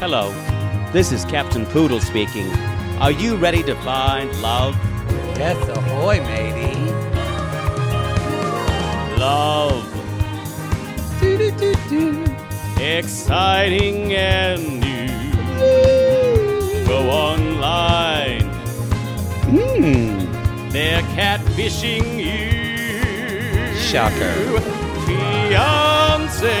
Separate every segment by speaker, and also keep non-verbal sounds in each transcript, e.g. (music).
Speaker 1: Hello, this is Captain Poodle speaking. Are you ready to find love?
Speaker 2: Yes, ahoy, matey.
Speaker 1: Love. Exciting and new. Go online.
Speaker 2: Hmm.
Speaker 1: They're catfishing you.
Speaker 2: Shocker.
Speaker 1: Fiance.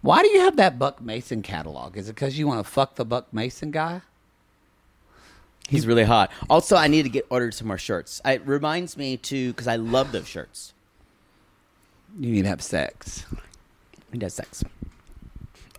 Speaker 2: Why do you have that Buck Mason catalog? Is it because you want to fuck the Buck Mason guy?
Speaker 3: He's really hot. Also, I need to get ordered some more shirts. It reminds me to because I love those shirts.
Speaker 2: You need to have sex.
Speaker 3: He does sex.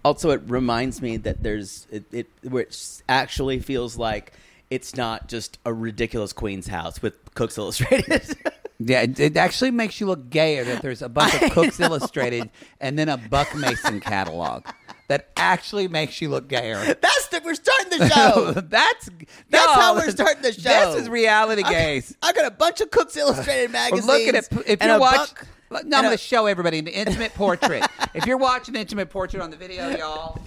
Speaker 3: Also, it reminds me that there's it, it where it s- actually feels like it's not just a ridiculous Queen's house with Cooks Illustrated. (laughs)
Speaker 2: Yeah, it, it actually makes you look gayer that there's
Speaker 3: (laughs)
Speaker 2: a bunch of Cooks Illustrated and then a Buck Mason catalog. That actually makes you look gayer.
Speaker 3: that's the we're starting the (laughs)
Speaker 2: (laughs)
Speaker 3: show.
Speaker 2: that's
Speaker 3: That's
Speaker 2: no,
Speaker 3: how we're starting the show.
Speaker 2: This is reality,
Speaker 3: I-
Speaker 2: gays.
Speaker 3: I got a bunch of Cooks Illustrated
Speaker 2: We're
Speaker 3: magazines.
Speaker 2: looking at if
Speaker 3: and
Speaker 2: you're
Speaker 3: a
Speaker 2: watching.
Speaker 3: buck-
Speaker 2: No, I'm
Speaker 3: and
Speaker 2: going
Speaker 3: a-
Speaker 2: to show everybody an intimate portrait. if you're watching intimate portrait on the video, y'all,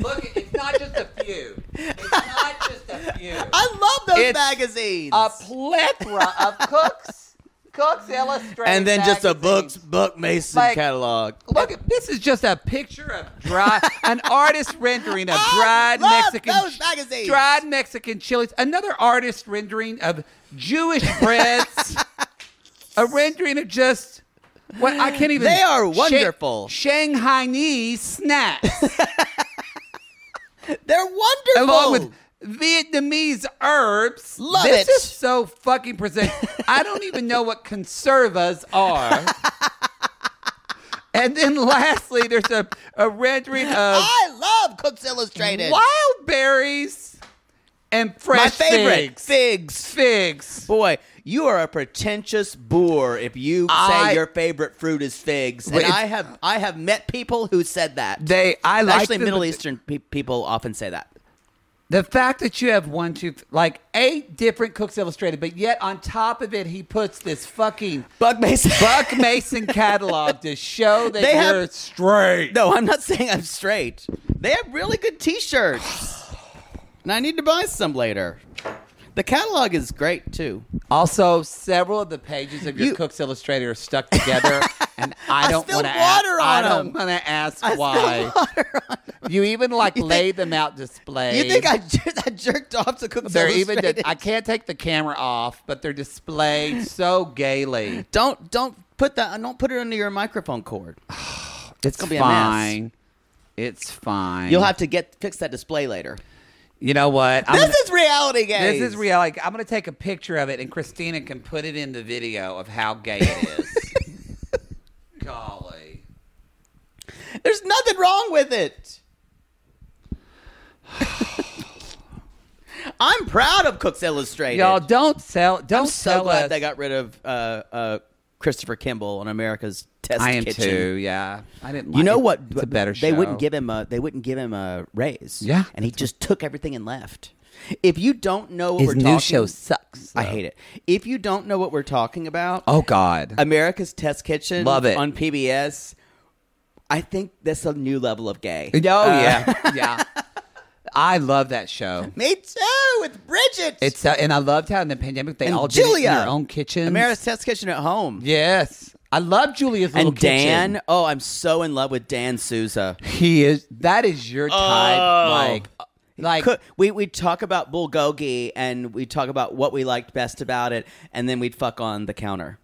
Speaker 2: look. at- It's not just a few. It's not just a few.
Speaker 3: I love those
Speaker 2: It's
Speaker 3: magazines.
Speaker 2: A plethora of cooks, cooks illustrated,
Speaker 3: and then just a
Speaker 2: magazines.
Speaker 3: books Buck Mason
Speaker 2: Like-
Speaker 3: catalog.
Speaker 2: Look, at this is just a picture of dry,
Speaker 3: (laughs)
Speaker 2: an artist rendering of
Speaker 3: I
Speaker 2: dried
Speaker 3: love
Speaker 2: Mexican,
Speaker 3: Oh, those magazines.
Speaker 2: dried Mexican chilies. Another artist rendering of Jewish
Speaker 3: (laughs)
Speaker 2: breads. a rendering of just what I can't even.
Speaker 3: They are
Speaker 2: Sha-
Speaker 3: wonderful.
Speaker 2: Shanghainese snacks,
Speaker 3: They're wonderful.
Speaker 2: along with Vietnamese herbs.
Speaker 3: Love
Speaker 2: this
Speaker 3: it.
Speaker 2: is so fucking present. I don't even know what conservas are. And then lastly, there's a, a rendering of
Speaker 3: I love Cooks Illustrated.
Speaker 2: wild berries and fresh
Speaker 3: My favorite
Speaker 2: figs.
Speaker 3: figs.
Speaker 2: Figs.
Speaker 3: Boy, you are a pretentious boor if you
Speaker 2: I-
Speaker 3: say your favorite fruit is figs. And
Speaker 2: Wait,
Speaker 3: I have I have met people who said that.
Speaker 2: They. I like
Speaker 3: Actually,
Speaker 2: them,
Speaker 3: Middle
Speaker 2: but
Speaker 3: Eastern pe- people often say that.
Speaker 2: The fact that you have one, two, th- like eight different Cooks Illustrated, but yet on top of it, he puts this fucking
Speaker 3: Bug Mason.
Speaker 2: Buck Mason catalog
Speaker 3: (laughs)
Speaker 2: to show that
Speaker 3: They have-
Speaker 2: you're straight.
Speaker 3: No, I'm not (laughs) saying I'm straight. They have really good T-shirts, and I need to buy some later. The catalog is great too. (laughs)
Speaker 2: Also, several of the pages of your
Speaker 3: You-
Speaker 2: Cooks Illustrated are
Speaker 3: (laughs)
Speaker 2: stuck together, and I
Speaker 3: I
Speaker 2: don't
Speaker 3: spilled
Speaker 2: want to.
Speaker 3: water
Speaker 2: I
Speaker 3: on
Speaker 2: don't
Speaker 3: 'em.
Speaker 2: want to ask why. You even like laid them out displayed.
Speaker 3: You think I, jer- (laughs) I jerked off to Cooks
Speaker 2: They're even.
Speaker 3: Illustrated?
Speaker 2: I can't take the camera off, but they're displayed so gaily.
Speaker 3: don't don't put that. Don't put it under your microphone cord.
Speaker 2: It's
Speaker 3: gonna be a mess.
Speaker 2: fine. It's fine.
Speaker 3: You'll have to get fix that display later.
Speaker 2: You know what? I'm
Speaker 3: This
Speaker 2: gonna-
Speaker 3: is reality, guys.
Speaker 2: This is real. Like, I'm going to take a picture of it, and Christina can put it in the video of how gay it
Speaker 3: (laughs)
Speaker 2: is. Golly.
Speaker 3: There's nothing wrong with it. (sighs) I'm proud of Cooks Illustrated.
Speaker 2: Y'all don't sell. Don't
Speaker 3: I'm so
Speaker 2: sell
Speaker 3: glad
Speaker 2: us.
Speaker 3: they got rid of uh, uh, Christopher Kimball on America's Test
Speaker 2: I am
Speaker 3: Kitchen.
Speaker 2: too. Yeah, I didn't. Like
Speaker 3: You know
Speaker 2: it.
Speaker 3: what?
Speaker 2: It's a better show.
Speaker 3: They wouldn't give him a. They wouldn't give him a raise.
Speaker 2: Yeah.
Speaker 3: and he just took everything and left. If you don't know what
Speaker 2: His
Speaker 3: we're
Speaker 2: new
Speaker 3: talking,
Speaker 2: show sucks,
Speaker 3: I
Speaker 2: though.
Speaker 3: hate it. If you don't know what we're talking about,
Speaker 2: Oh God.
Speaker 3: America's Test Kitchen,
Speaker 2: Love it.
Speaker 3: on PBS. I think that's a new level of gay.
Speaker 2: No,
Speaker 3: Uh, (laughs)
Speaker 2: Oh, yeah, yeah. I love that show.
Speaker 3: me too. With Bridget,
Speaker 2: It's uh, and I loved how in the pandemic they
Speaker 3: and
Speaker 2: all did it
Speaker 3: Julia
Speaker 2: in their own kitchens.
Speaker 3: America's Test Kitchen at home.
Speaker 2: yes, I love Julia's little
Speaker 3: and Dan,
Speaker 2: kitchen.
Speaker 3: oh, I'm so in love with Dan Souza.
Speaker 2: He is that is your type,
Speaker 3: Oh.
Speaker 2: like like
Speaker 3: Cook- we we talk about bulgogi and we talk about what we liked best about it, and then we'd fuck on the counter.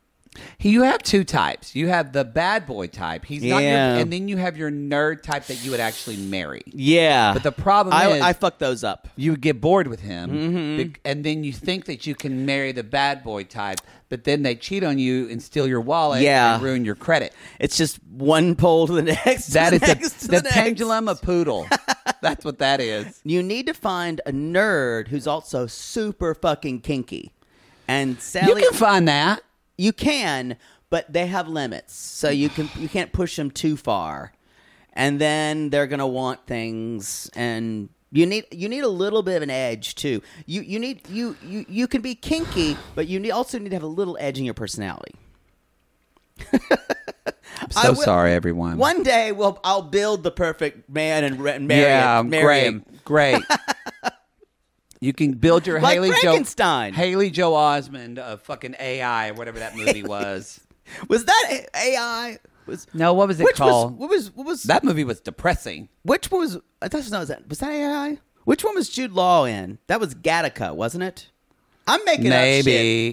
Speaker 2: he- you have two types. You have the bad boy type. He's not, your,
Speaker 3: Yeah.
Speaker 2: and then you have your nerd type that you would actually marry.
Speaker 3: Yeah,
Speaker 2: But the problem
Speaker 3: I,
Speaker 2: is-
Speaker 3: I fuck those up.
Speaker 2: You would get bored with him,
Speaker 3: Mm-hmm.
Speaker 2: bec- and then you think that you can marry the bad boy type, but then they cheat on you and steal your wallet
Speaker 3: Yeah.
Speaker 2: and ruin your
Speaker 3: (laughs)
Speaker 2: credit.
Speaker 3: It's just one pole to the (laughs) next. to
Speaker 2: That
Speaker 3: the
Speaker 2: is
Speaker 3: next, to
Speaker 2: the, the,
Speaker 3: next.
Speaker 2: pendulum
Speaker 3: (laughs)
Speaker 2: of poodle. That's what that is.
Speaker 3: You need to find a nerd who's also super fucking kinky. And Sally,
Speaker 2: you can find that.
Speaker 3: you can, but they have limits, so you can you can't push them too far, and then they're gonna want things, and you need you need a little bit of an edge too. You you need you you you can be kinky, but you need, also need to have a little edge in your personality.
Speaker 2: I'm
Speaker 3: I
Speaker 2: so
Speaker 3: will-
Speaker 2: sorry, everyone.
Speaker 3: One day, we'll I'll build the perfect man and, re- and marry
Speaker 2: yeah,
Speaker 3: him, marry him. (laughs)
Speaker 2: great, great. You can build your
Speaker 3: Like
Speaker 2: Haley
Speaker 3: Frankenstein.
Speaker 2: Joe Haley Joe Osmond of fucking AI, whatever
Speaker 3: (laughs)
Speaker 2: that movie was.
Speaker 3: Was that A- AI? Was
Speaker 2: No, what was it
Speaker 3: which
Speaker 2: called?
Speaker 3: Was, what was what was
Speaker 2: that movie was depressing.
Speaker 3: Which one was I thought no, was that was that AI? Which one was Jude Law in? That was Gattaca, wasn't it? I'm making
Speaker 2: Maybe
Speaker 3: up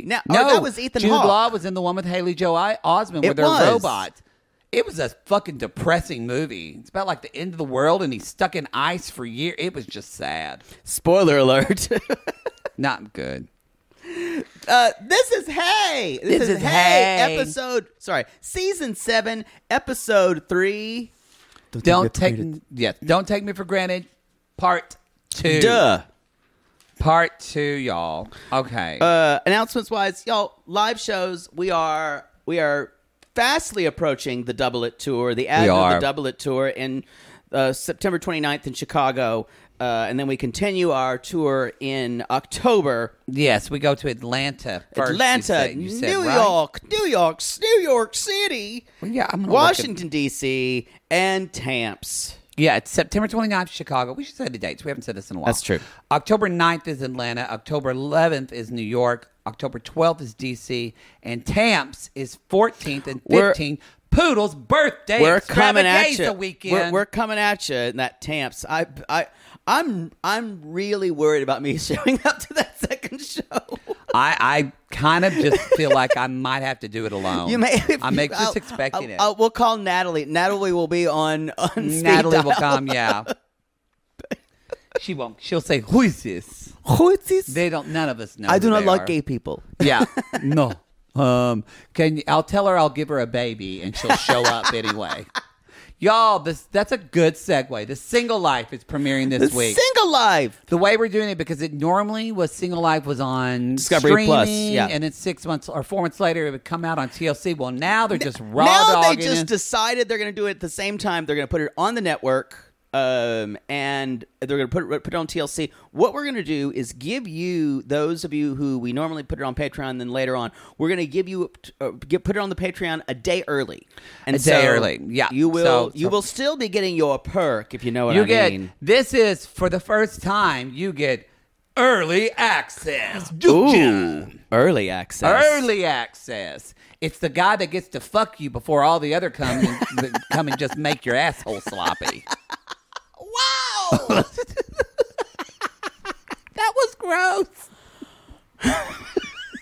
Speaker 3: shit. Now, oh, that was Ethan
Speaker 2: Jude
Speaker 3: Hawke.
Speaker 2: Law was in the one with Haley Joe I- Osmond
Speaker 3: It
Speaker 2: with her
Speaker 3: was.
Speaker 2: robot. It was a fucking depressing movie. It's about like the end of the world, and he's stuck in ice for years. It was just sad.
Speaker 3: Spoiler alert. (laughs)
Speaker 2: Not good.
Speaker 3: uh, this is Hey. This,
Speaker 2: This
Speaker 3: is,
Speaker 2: is
Speaker 3: Hey.
Speaker 2: Hey.
Speaker 3: Episode sorry, season seven, episode three.
Speaker 2: Don't take yeah. Don't take me for granted. Part two.
Speaker 3: Duh.
Speaker 2: Part two, y'all. Okay.
Speaker 3: Uh, announcements wise, y'all, live shows, we are we are fastly approaching the Double It Tour, the ad of the
Speaker 2: are.
Speaker 3: Double It Tour in uh, September 29th in Chicago. Uh, and then we continue our tour in October.
Speaker 2: yes, we go to Atlanta. First, you
Speaker 3: Atlanta,
Speaker 2: said- you said,
Speaker 3: New
Speaker 2: right?
Speaker 3: York, New York, New York City,
Speaker 2: Well, yeah, I'm gonna look at-
Speaker 3: Washington, D.C., and Tamps.
Speaker 2: Yeah, it's September 29th, Chicago. We should say the dates. We haven't said this in a while.
Speaker 3: That's true.
Speaker 2: October 9th is Atlanta. October 11th is New York. October 12th is D.C. And Tamps is 14th and
Speaker 3: We're-
Speaker 2: 15th. Poodle's birthday
Speaker 3: we're coming at
Speaker 2: extravaganza
Speaker 3: you.
Speaker 2: weekend.
Speaker 3: We're, we're coming at you in that Tamps. I, I, I'm, I'm really worried about me (laughs) showing up to that second show.
Speaker 2: I, I kind of just feel like I might have to do it alone.
Speaker 3: You may.
Speaker 2: I'm ex-
Speaker 3: (laughs)
Speaker 2: just
Speaker 3: I'll-
Speaker 2: expecting
Speaker 3: I'll-
Speaker 2: it.
Speaker 3: I'll- we'll call Natalie. Natalie will be on. on speed
Speaker 2: Natalie will
Speaker 3: dial.
Speaker 2: come.
Speaker 3: (laughs)
Speaker 2: Yeah. she won't. She'll say, "Who is this?"
Speaker 3: Who is this?
Speaker 2: They don't. None of us know.
Speaker 3: I do
Speaker 2: who
Speaker 3: not
Speaker 2: they
Speaker 3: like
Speaker 2: are.
Speaker 3: gay people.
Speaker 2: Yeah. (laughs) No. Um. Can you- I'll tell her I'll give her a baby and she'll show
Speaker 3: (laughs)
Speaker 2: up anyway. Y'all, this that's a good segue. The single life is premiering this
Speaker 3: The
Speaker 2: week.
Speaker 3: Single life.
Speaker 2: the way we're doing it because it normally was single life was on
Speaker 3: Discovery
Speaker 2: streaming,
Speaker 3: Plus, yeah.
Speaker 2: and then six months or four months later it would come out on TLC. Well, now they're just raw
Speaker 3: now they
Speaker 2: dogging
Speaker 3: just
Speaker 2: it.
Speaker 3: decided they're going to do it at the same time. They're going to put it on the network. Um, and they're going to put it, put it on TLC. What we're going to do is give you those of you who we normally put it on Patreon. then later on, we're going to give you uh, get, put it on the Patreon a day early. And
Speaker 2: A day early, yeah.
Speaker 3: You will
Speaker 2: So-
Speaker 3: you
Speaker 2: so-
Speaker 3: will still be getting your perk if you know what
Speaker 2: you
Speaker 3: I
Speaker 2: get
Speaker 3: mean.
Speaker 2: this is for the first time you get early access.
Speaker 3: Ooh, early access.
Speaker 2: Early access. It's the guy that gets to fuck you before all the other (laughs) come and, come and just make your asshole sloppy. (laughs)
Speaker 3: Wow.
Speaker 2: That was gross.
Speaker 3: (laughs)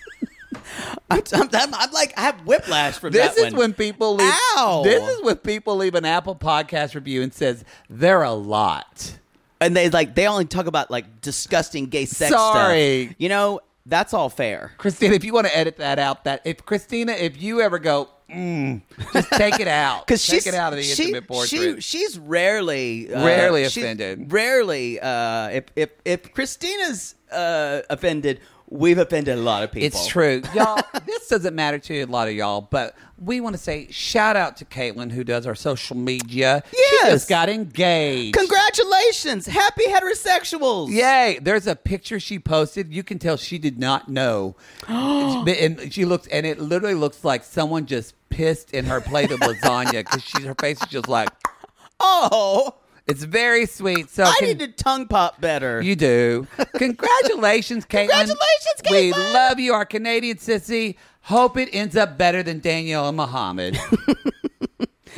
Speaker 3: I'm, I'm, I'm, I'm like I have whiplash from
Speaker 2: This
Speaker 3: that
Speaker 2: is
Speaker 3: one.
Speaker 2: when people leave.
Speaker 3: Ow.
Speaker 2: This is when people leave an Apple Podcast review and says they're a lot.
Speaker 3: and they like they only talk about like disgusting gay sex
Speaker 2: Sorry.
Speaker 3: stuff. You know that's all fair.
Speaker 2: Christina, if you want to edit that out, that if Christina, if you ever go, "Mm," Just take it (laughs) out.
Speaker 3: Because
Speaker 2: take
Speaker 3: she's
Speaker 2: it out of the
Speaker 3: she-
Speaker 2: intimate
Speaker 3: she,
Speaker 2: portrait.
Speaker 3: she's rarely uh,
Speaker 2: Rarely
Speaker 3: she's
Speaker 2: offended.
Speaker 3: Rarely, uh, if if if Christina's uh, offended, we've offended a lot of people.
Speaker 2: It's
Speaker 3: (laughs)
Speaker 2: true. Y'all, this doesn't matter to a lot of y'all, but we want to say shout out to Caitlin who does our social media. She
Speaker 3: Yes.
Speaker 2: just got engaged.
Speaker 3: Congratulations, happy heterosexuals.
Speaker 2: Yay! There's a picture she posted. You can tell she did
Speaker 3: (gasps)
Speaker 2: not know, and she looks, and it literally looks like someone just pissed in her plate of lasagna because she's her face is just like,
Speaker 3: Oh,
Speaker 2: it's very sweet. So
Speaker 3: I
Speaker 2: con-
Speaker 3: need to tongue pop better.
Speaker 2: you do.
Speaker 3: (laughs)
Speaker 2: Congratulations, Caitlin.
Speaker 3: Congratulations,
Speaker 2: We
Speaker 3: Caitlin.
Speaker 2: love you, our Canadian sissy. Hope it ends up better than Danielle and
Speaker 3: (laughs)
Speaker 2: Muhammad.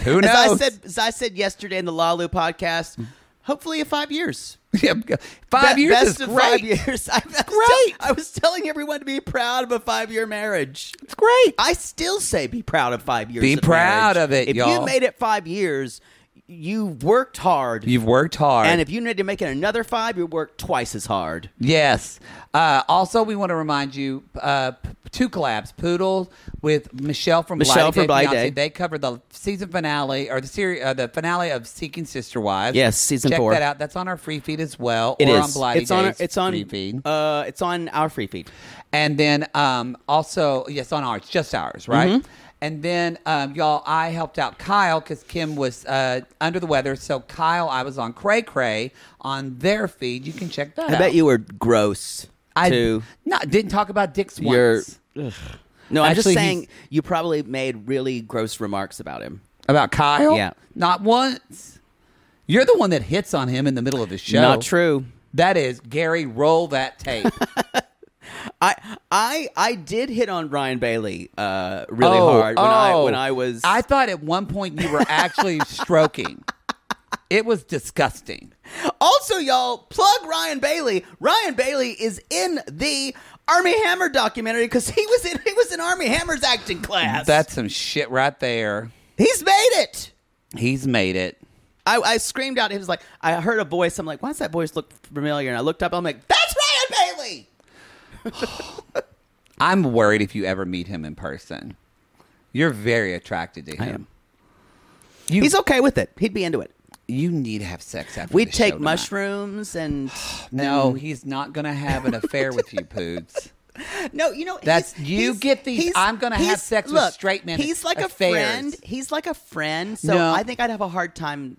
Speaker 2: Who knows?
Speaker 3: as I
Speaker 2: (laughs)
Speaker 3: said, as I said yesterday in the Lalu podcast, hopefully in five years.
Speaker 2: said, five
Speaker 3: Be-
Speaker 2: years
Speaker 3: best
Speaker 2: is
Speaker 3: of
Speaker 2: great.
Speaker 3: five years. (laughs) I, I was tell-
Speaker 2: Great.
Speaker 3: I was telling everyone to be proud of a five-year marriage.
Speaker 2: It's great.
Speaker 3: I still say be proud of five years.
Speaker 2: Be
Speaker 3: of
Speaker 2: proud
Speaker 3: marriage.
Speaker 2: of it,
Speaker 3: If
Speaker 2: y'all.
Speaker 3: you made it five years, you've worked hard.
Speaker 2: You've worked hard.
Speaker 3: and if you need to make it another five, you work twice as hard.
Speaker 2: Yes. Uh, also, we want to remind you uh, p- two collabs: Poodle with Michelle from
Speaker 3: Michelle
Speaker 2: Blighted
Speaker 3: from Blighted
Speaker 2: Fiancé.
Speaker 3: Day.
Speaker 2: They covered the season finale or the series, uh, the finale of Seeking Sister Wives.
Speaker 3: Yes, season
Speaker 2: Check
Speaker 3: four.
Speaker 2: that out. That's on our free feed as well,
Speaker 3: It
Speaker 2: or
Speaker 3: is.
Speaker 2: on Blighted
Speaker 3: it's on.
Speaker 2: Day's
Speaker 3: It's on.
Speaker 2: free feed.
Speaker 3: Uh, it's on our free feed.
Speaker 2: And then um, also, yes, on ours, just ours, right?
Speaker 3: Mm-hmm.
Speaker 2: And then, um, y'all, I helped out Kyle because Kim was uh, under the weather. So, Kyle, I was on Cray Cray on their feed. You can check that out.
Speaker 3: I bet you were gross.
Speaker 2: Oh. I
Speaker 3: too.
Speaker 2: not didn't talk about dicks once.
Speaker 3: You're- No, I'm
Speaker 2: Actually,
Speaker 3: just saying
Speaker 2: he's-
Speaker 3: you probably made really gross remarks about him.
Speaker 2: about Kyle.
Speaker 3: Yeah.
Speaker 2: not once. You're the one that hits on him in the middle of his show.
Speaker 3: Not true.
Speaker 2: That is Gary. Roll that tape.
Speaker 3: I I I did hit on Ryan Bailey uh, really
Speaker 2: Oh,
Speaker 3: hard when I
Speaker 2: oh.
Speaker 3: when I was
Speaker 2: I thought at one point you were
Speaker 3: (laughs)
Speaker 2: actually stroking. It was disgusting.
Speaker 3: Also, y'all, plug Ryan Bailey. Ryan Bailey is in the Army Hammer documentary because he was in he was in Army Hammer's acting class.
Speaker 2: That's some shit right there.
Speaker 3: he's made it.
Speaker 2: He's made it.
Speaker 3: I, I screamed out. He was like, I heard a voice. I'm like, why does that voice look familiar? And I looked up. I'm like, that's Ryan Bailey.
Speaker 2: I'm worried if you ever meet him in person. You're very attracted to
Speaker 3: am.
Speaker 2: him. You,
Speaker 3: He's okay with it. He'd be into it.
Speaker 2: you need to have sex after
Speaker 3: We
Speaker 2: the show
Speaker 3: take
Speaker 2: tonight.
Speaker 3: mushrooms (sighs) and
Speaker 2: No, he's not going to have an affair with you,
Speaker 3: (laughs)
Speaker 2: Poods.
Speaker 3: no, you know
Speaker 2: That's-
Speaker 3: he's-
Speaker 2: you
Speaker 3: he's-
Speaker 2: get these,
Speaker 3: he's-
Speaker 2: "I'm gonna have
Speaker 3: he's-
Speaker 2: sex with
Speaker 3: look,
Speaker 2: straight men"
Speaker 3: He's like
Speaker 2: affairs.
Speaker 3: a friend. He's like a friend. So
Speaker 2: No.
Speaker 3: I think I'd have a hard time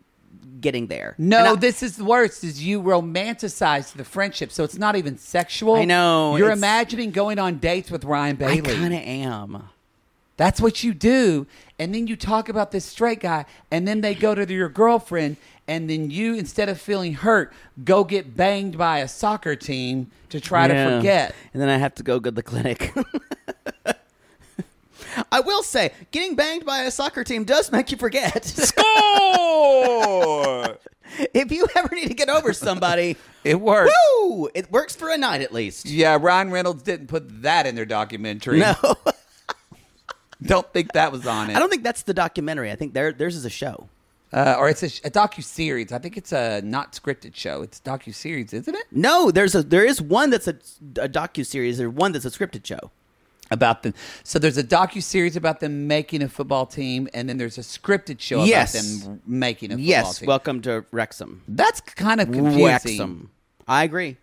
Speaker 3: getting there. And
Speaker 2: No,
Speaker 3: I-
Speaker 2: this is worse. Is you romanticize the friendship, so it's not even sexual.
Speaker 3: I know,
Speaker 2: You're
Speaker 3: it's-
Speaker 2: imagining going on dates with Ryan
Speaker 3: I
Speaker 2: Bailey.
Speaker 3: kind of am.
Speaker 2: That's what you do. And then you talk about this straight guy, and then they go to your girlfriend, and then you, instead of feeling hurt, go get banged by a soccer team to try to
Speaker 3: Yeah.
Speaker 2: forget.
Speaker 3: And then I have to go to the clinic. (laughs) I will say, getting banged by a soccer team does make you forget. Score! (laughs) if you ever need to get over
Speaker 2: (laughs)
Speaker 3: somebody,
Speaker 2: It works.
Speaker 3: woo! It works for a night at least.
Speaker 2: Yeah, Ryan Reynolds didn't put that in their documentary.
Speaker 3: No,
Speaker 2: (laughs) Don't think that was on it.
Speaker 3: I don't think that's the documentary. I think there, theirs is a show.
Speaker 2: uh, or it's a, sh- a docu series. I think it's a not scripted show. It's docu series, isn't it?
Speaker 3: No, there's a there is one that's a, a docu series, or one that's a scripted show.
Speaker 2: About them. So there's a docu series about them making a football team, and then there's a scripted show
Speaker 3: Yes.
Speaker 2: about them making a football
Speaker 3: Yes,
Speaker 2: team.
Speaker 3: welcome to Wrexham.
Speaker 2: that's kind of confusing.
Speaker 3: Wrexham, I agree.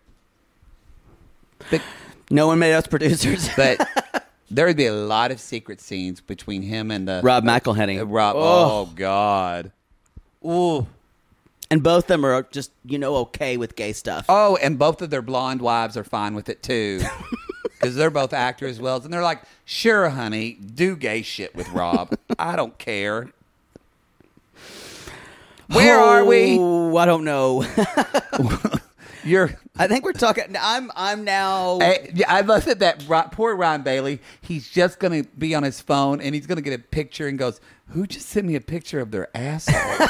Speaker 2: But,
Speaker 3: No one made us
Speaker 2: (laughs)
Speaker 3: producers,
Speaker 2: but
Speaker 3: (laughs)
Speaker 2: there would be a lot of secret scenes between him and the
Speaker 3: Rob McElhenney.
Speaker 2: Uh, Rob. Oh, God. Ooh.
Speaker 3: And both of them are just, you know, okay with gay stuff.
Speaker 2: Oh, and both of their blonde wives are fine with it too,
Speaker 3: (laughs)
Speaker 2: because they're both actors as well. And they're like, "Sure, honey, do gay shit with Rob. I don't care." Where are we?
Speaker 3: Oh, I don't know. (laughs)
Speaker 2: You're.
Speaker 3: I think we're talking. I'm. I'm now.
Speaker 2: I, yeah, I love that. That Ro- poor Ryan Bailey. He's just gonna be on his phone and he's gonna get a picture and goes, "Who just sent me a picture of their
Speaker 3: (laughs)
Speaker 2: asshole?"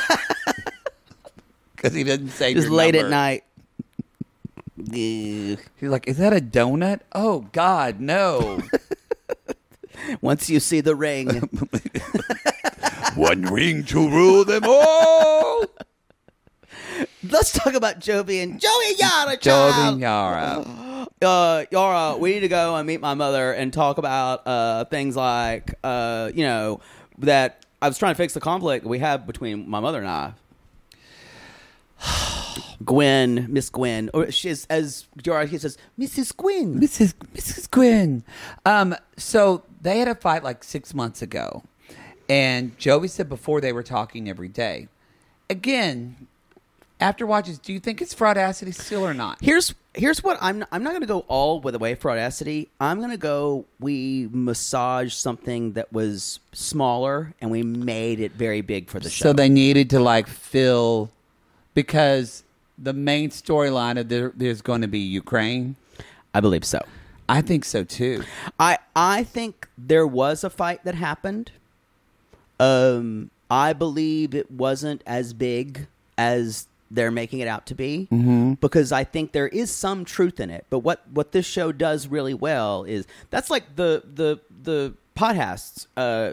Speaker 2: Because he doesn't say
Speaker 3: just
Speaker 2: your
Speaker 3: late at
Speaker 2: number.
Speaker 3: night. Ugh.
Speaker 2: He's like, "Is that a donut? Oh
Speaker 3: (laughs)
Speaker 2: God, no."
Speaker 3: Once you see the ring,
Speaker 2: (laughs) One ring to rule them all.
Speaker 3: let's talk about Jovi and Joey Yara.
Speaker 2: Jovi
Speaker 3: Child.
Speaker 2: Yara.
Speaker 3: uh, Yara, we need to go and meet my mother and talk about uh, things like, uh, you know, that I was trying to fix the conflict we have between my mother and I. (sighs) Gwen, Miss Gwen, or she's as Gerard he says, Mrs. Gwen.
Speaker 2: Mrs. Mrs. Quinn. Um, so they had a fight like six months ago, and Joey said before they were talking every day. Again, after watches, do you think it's fraudacity still or not?
Speaker 3: Here's here's what I'm I'm not going to go all with the way fraudacity. I'm going to go we massaged something that was smaller and we made it very big for the show.
Speaker 2: So they needed to like fill because the main storyline of there, there's going to be Ukraine.
Speaker 3: I believe so.
Speaker 2: I think so too.
Speaker 3: I I think there was a fight that happened. Um, I believe it wasn't as big as they're making it out to be
Speaker 2: Mm-hmm.
Speaker 3: because I think there is some truth in it. But what what this show does really well is that's like the the the podcasts. Uh,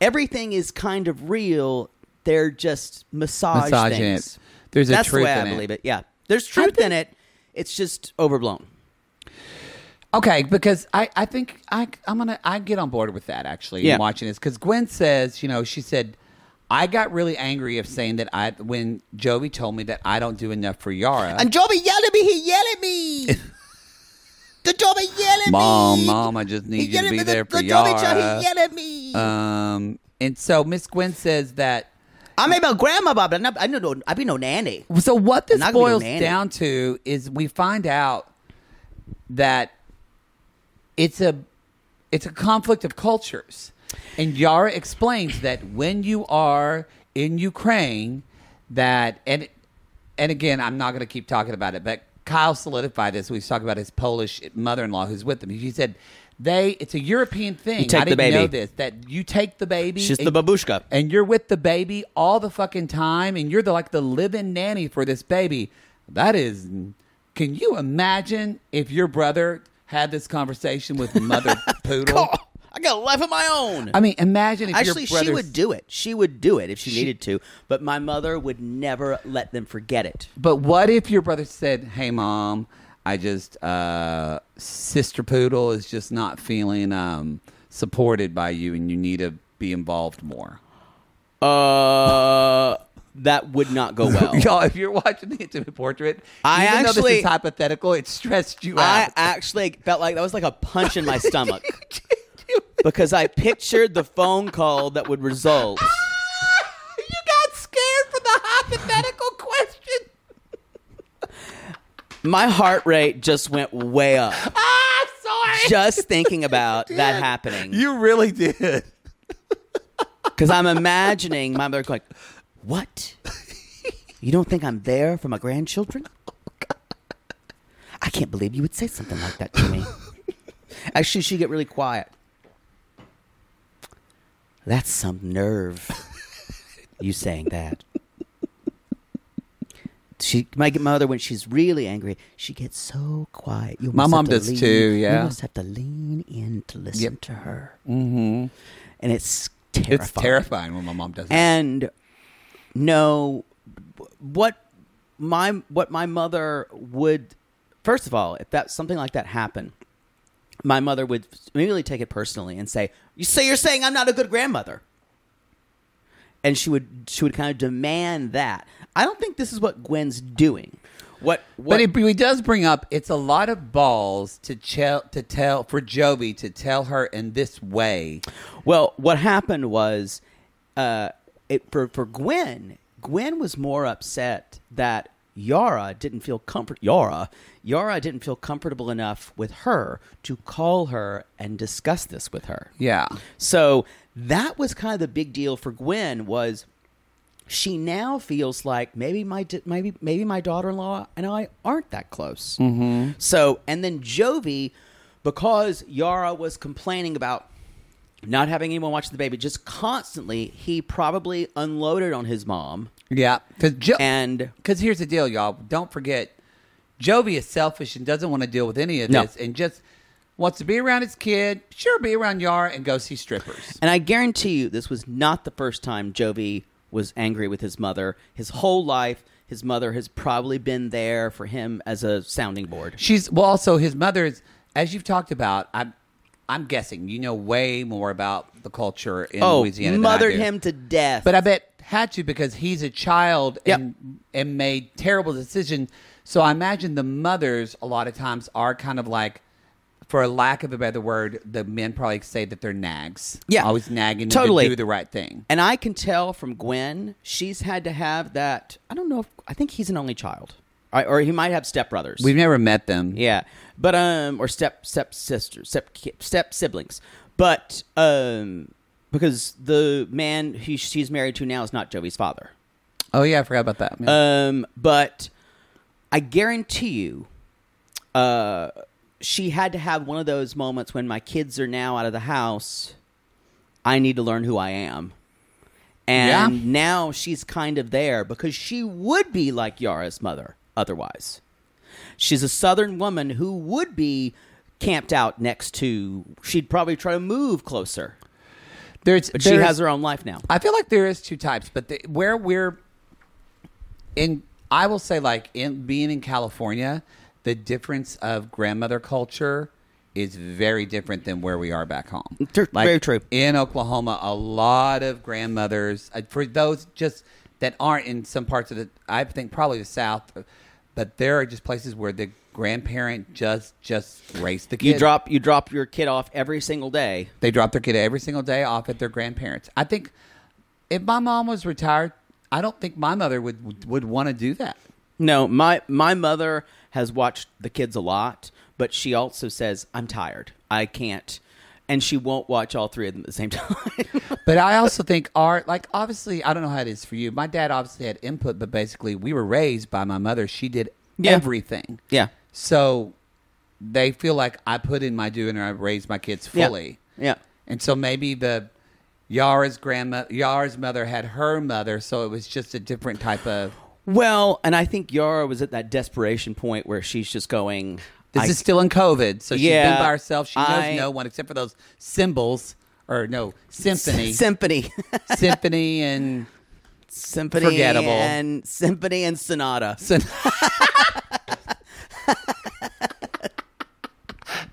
Speaker 3: everything is kind of real. They're just massage
Speaker 2: Massaging it.
Speaker 3: things.
Speaker 2: There's a
Speaker 3: that's
Speaker 2: truth
Speaker 3: the way
Speaker 2: in
Speaker 3: I
Speaker 2: it.
Speaker 3: believe it. Yeah, there's truth in it. It's just overblown.
Speaker 2: Okay, because I, I think I I'm gonna I get on board with that actually.
Speaker 3: Yeah.
Speaker 2: in watching this because Gwen says you know she said I got really angry of saying that I when Joey told me that I don't do enough for Yara.
Speaker 3: And Joby yelled at me. He yelled at
Speaker 2: (laughs)
Speaker 3: me. the Joby yelled at
Speaker 2: mom,
Speaker 3: me.
Speaker 2: mom, I just need
Speaker 3: he
Speaker 2: you
Speaker 3: yelled
Speaker 2: to
Speaker 3: at
Speaker 2: be
Speaker 3: me.
Speaker 2: there
Speaker 3: the,
Speaker 2: for
Speaker 3: the Joby
Speaker 2: Yara.
Speaker 3: He yelled at me.
Speaker 2: um, and so Miss Gwen says that
Speaker 3: I'm about grandma, but I'm not, I know no, I be no nanny.
Speaker 2: So what this
Speaker 3: Not gonna be
Speaker 2: boils
Speaker 3: nanny.
Speaker 2: down to is we find out that it's a it's a conflict of cultures. And Yara explains that when you are in Ukraine that and and again I'm not going to keep talking about it but Kyle solidified this. We was talking about his Polish mother-in-law who's with him. He said they it's a European thing.
Speaker 3: take
Speaker 2: I
Speaker 3: the
Speaker 2: didn't
Speaker 3: baby.
Speaker 2: know this that you take the baby.
Speaker 3: She's
Speaker 2: and-
Speaker 3: the babushka.
Speaker 2: and you're with the baby all the fucking time and you're the like the living nanny for this baby that is can you imagine if your brother had this conversation with mother
Speaker 3: (laughs)
Speaker 2: poodle
Speaker 3: I got a life of my own.
Speaker 2: i mean imagine if
Speaker 3: Actually,
Speaker 2: your
Speaker 3: she
Speaker 2: brother
Speaker 3: would do it. She would do it if she, needed to. But my mother would never let them forget it.
Speaker 2: but what if your brother said hey mom i just uh sister poodle is just not feeling um supported by you and you need to be involved more (laughs)
Speaker 3: Uh, that would not go well.
Speaker 2: Y'all, if you're watching the intimate portrait,
Speaker 3: Oh. I
Speaker 2: even though this
Speaker 3: actually-
Speaker 2: is hypothetical, it stressed
Speaker 3: (laughs)
Speaker 2: you
Speaker 3: I
Speaker 2: out.
Speaker 3: actually felt like that was like a punch
Speaker 2: (laughs)
Speaker 3: in my stomach because I pictured the phone call that would result.
Speaker 2: (laughs) you got scared for the hypothetical question.
Speaker 3: My heart rate just went way up
Speaker 2: Ah, sorry.
Speaker 3: just thinking about
Speaker 2: (laughs)
Speaker 3: that happening
Speaker 2: You really did.
Speaker 3: because I'm imagining my mother going, "What? You don't think I'm there for my grandchildren? I can't believe you would say something like that to me." Actually, she get really quiet. That's some nerve. You saying that. She, my mother, when she's really angry, she gets so quiet. You almost
Speaker 2: My
Speaker 3: have
Speaker 2: mom
Speaker 3: to
Speaker 2: does
Speaker 3: lean-
Speaker 2: too,
Speaker 3: you
Speaker 2: yeah.
Speaker 3: almost have to lean in to listen
Speaker 2: Yep. Mm.
Speaker 3: to her. Mm-hmm. And it's terrifying.
Speaker 2: It's terrifying when my mom does it.
Speaker 3: And no, what my what my mother would first of all, if that something like that happened, my mother would immediately take it personally and say, "You say you're saying I'm not a good grandmother." And she would she would kind of demand that. I don't think this is what Gwen's doing. What, what
Speaker 2: But it, it does bring up it's a lot of balls to tell to tell for Joby to tell her in this way.
Speaker 3: Well, what happened was, uh, it for for Gwen. Gwen was more upset that Yara didn't feel comfort. Yara, Yara didn't feel comfortable enough with her to call her and discuss this with her.
Speaker 2: Yeah.
Speaker 3: So that was kind of the big deal for Gwen was she now feels like maybe my d- maybe maybe my daughter-in-law and I aren't that close. Mm-hmm. So and then Jovi, because Yara was complaining about not having anyone watch the baby, just constantly he probably unloaded on his mom
Speaker 2: Yeah. Cause jo-
Speaker 3: and
Speaker 2: Because here's the deal, y'all. Don't forget, Jovi is selfish and doesn't want to deal with any of
Speaker 3: No.
Speaker 2: this and just wants to be around his kid, sure, be around Yara and go see strippers.
Speaker 3: And I guarantee you, this was not the first time Jovi was angry with his mother. His whole life, his mother has probably been there for him as a sounding board.
Speaker 2: She's well, also his mother is, as you've talked about, I, I'm guessing you know way more about the culture in
Speaker 3: oh,
Speaker 2: Louisiana. than I
Speaker 3: mothered
Speaker 2: do.
Speaker 3: him to death.
Speaker 2: But I bet had to because he's a child
Speaker 3: Yep.
Speaker 2: and and made terrible decisions. So I imagine the mothers a lot of times are kind of like, for lack of a better word, the men probably say that they're nags.
Speaker 3: Yeah.
Speaker 2: always nagging
Speaker 3: Totally.
Speaker 2: them to do the right thing.
Speaker 3: And I can tell from Gwen, she's had to have that. I don't know. If, I think he's an only child, I, or he might have stepbrothers.
Speaker 2: We've never met them.
Speaker 3: yeah, but um, or step step sisters, step ki- step siblings. But um, because the man he, she's married to now is not Joey's father.
Speaker 2: Oh yeah, I forgot about that. Yeah.
Speaker 3: Um, but I guarantee you, uh, she had to have one of those moments when my kids are now out of the house. I need to learn who I am. And
Speaker 2: Yeah.
Speaker 3: now she's kind of there because she would be like Yara's mother otherwise. She's a southern woman who would be camped out next to, she'd probably try to move closer.
Speaker 2: there's,
Speaker 3: But she
Speaker 2: there's-
Speaker 3: has her own life now.
Speaker 2: I feel like there is two types, but the, where we're in, I will say, like in being in California, the difference of grandmother culture is very different than where we are back home.
Speaker 3: True, very true.
Speaker 2: In Oklahoma, a lot of grandmothers, uh, for those just that aren't in some parts of the, I think probably the South, but there are just places where the grandparent just just raised the kid.
Speaker 3: You drop, you drop your kid off every single day.
Speaker 2: They drop their kid every single day off at their grandparents. I think if my mom was retired, I don't think my mother would would want to do that.
Speaker 3: No, my my mother has watched the kids a lot, but she also says I'm tired. I can't, and she won't watch all three of them at the same (laughs) time.
Speaker 2: But I also think our like obviously I don't know how it is for you. My dad obviously had input, but basically we were raised by my mother. She did
Speaker 3: Yeah.
Speaker 2: everything.
Speaker 3: yeah,
Speaker 2: So they feel like I put in my due and I raised my kids
Speaker 3: Yeah.
Speaker 2: fully.
Speaker 3: Yeah.
Speaker 2: And so maybe the Yara's grandma Yara's mother had her mother, so it was just a different type of
Speaker 3: Well, and I think Yara was at that desperation point where she's just going.
Speaker 2: This
Speaker 3: I-
Speaker 2: is still in COVID, so she's
Speaker 3: Yeah,
Speaker 2: been by herself. She knows
Speaker 3: I-
Speaker 2: no one except for those symbols or no
Speaker 3: (laughs)
Speaker 2: symphony, (laughs)
Speaker 3: symphony,
Speaker 2: symphony, and
Speaker 3: symphony,
Speaker 2: Forgettable.
Speaker 3: and symphony and (laughs) sonata.
Speaker 2: syn-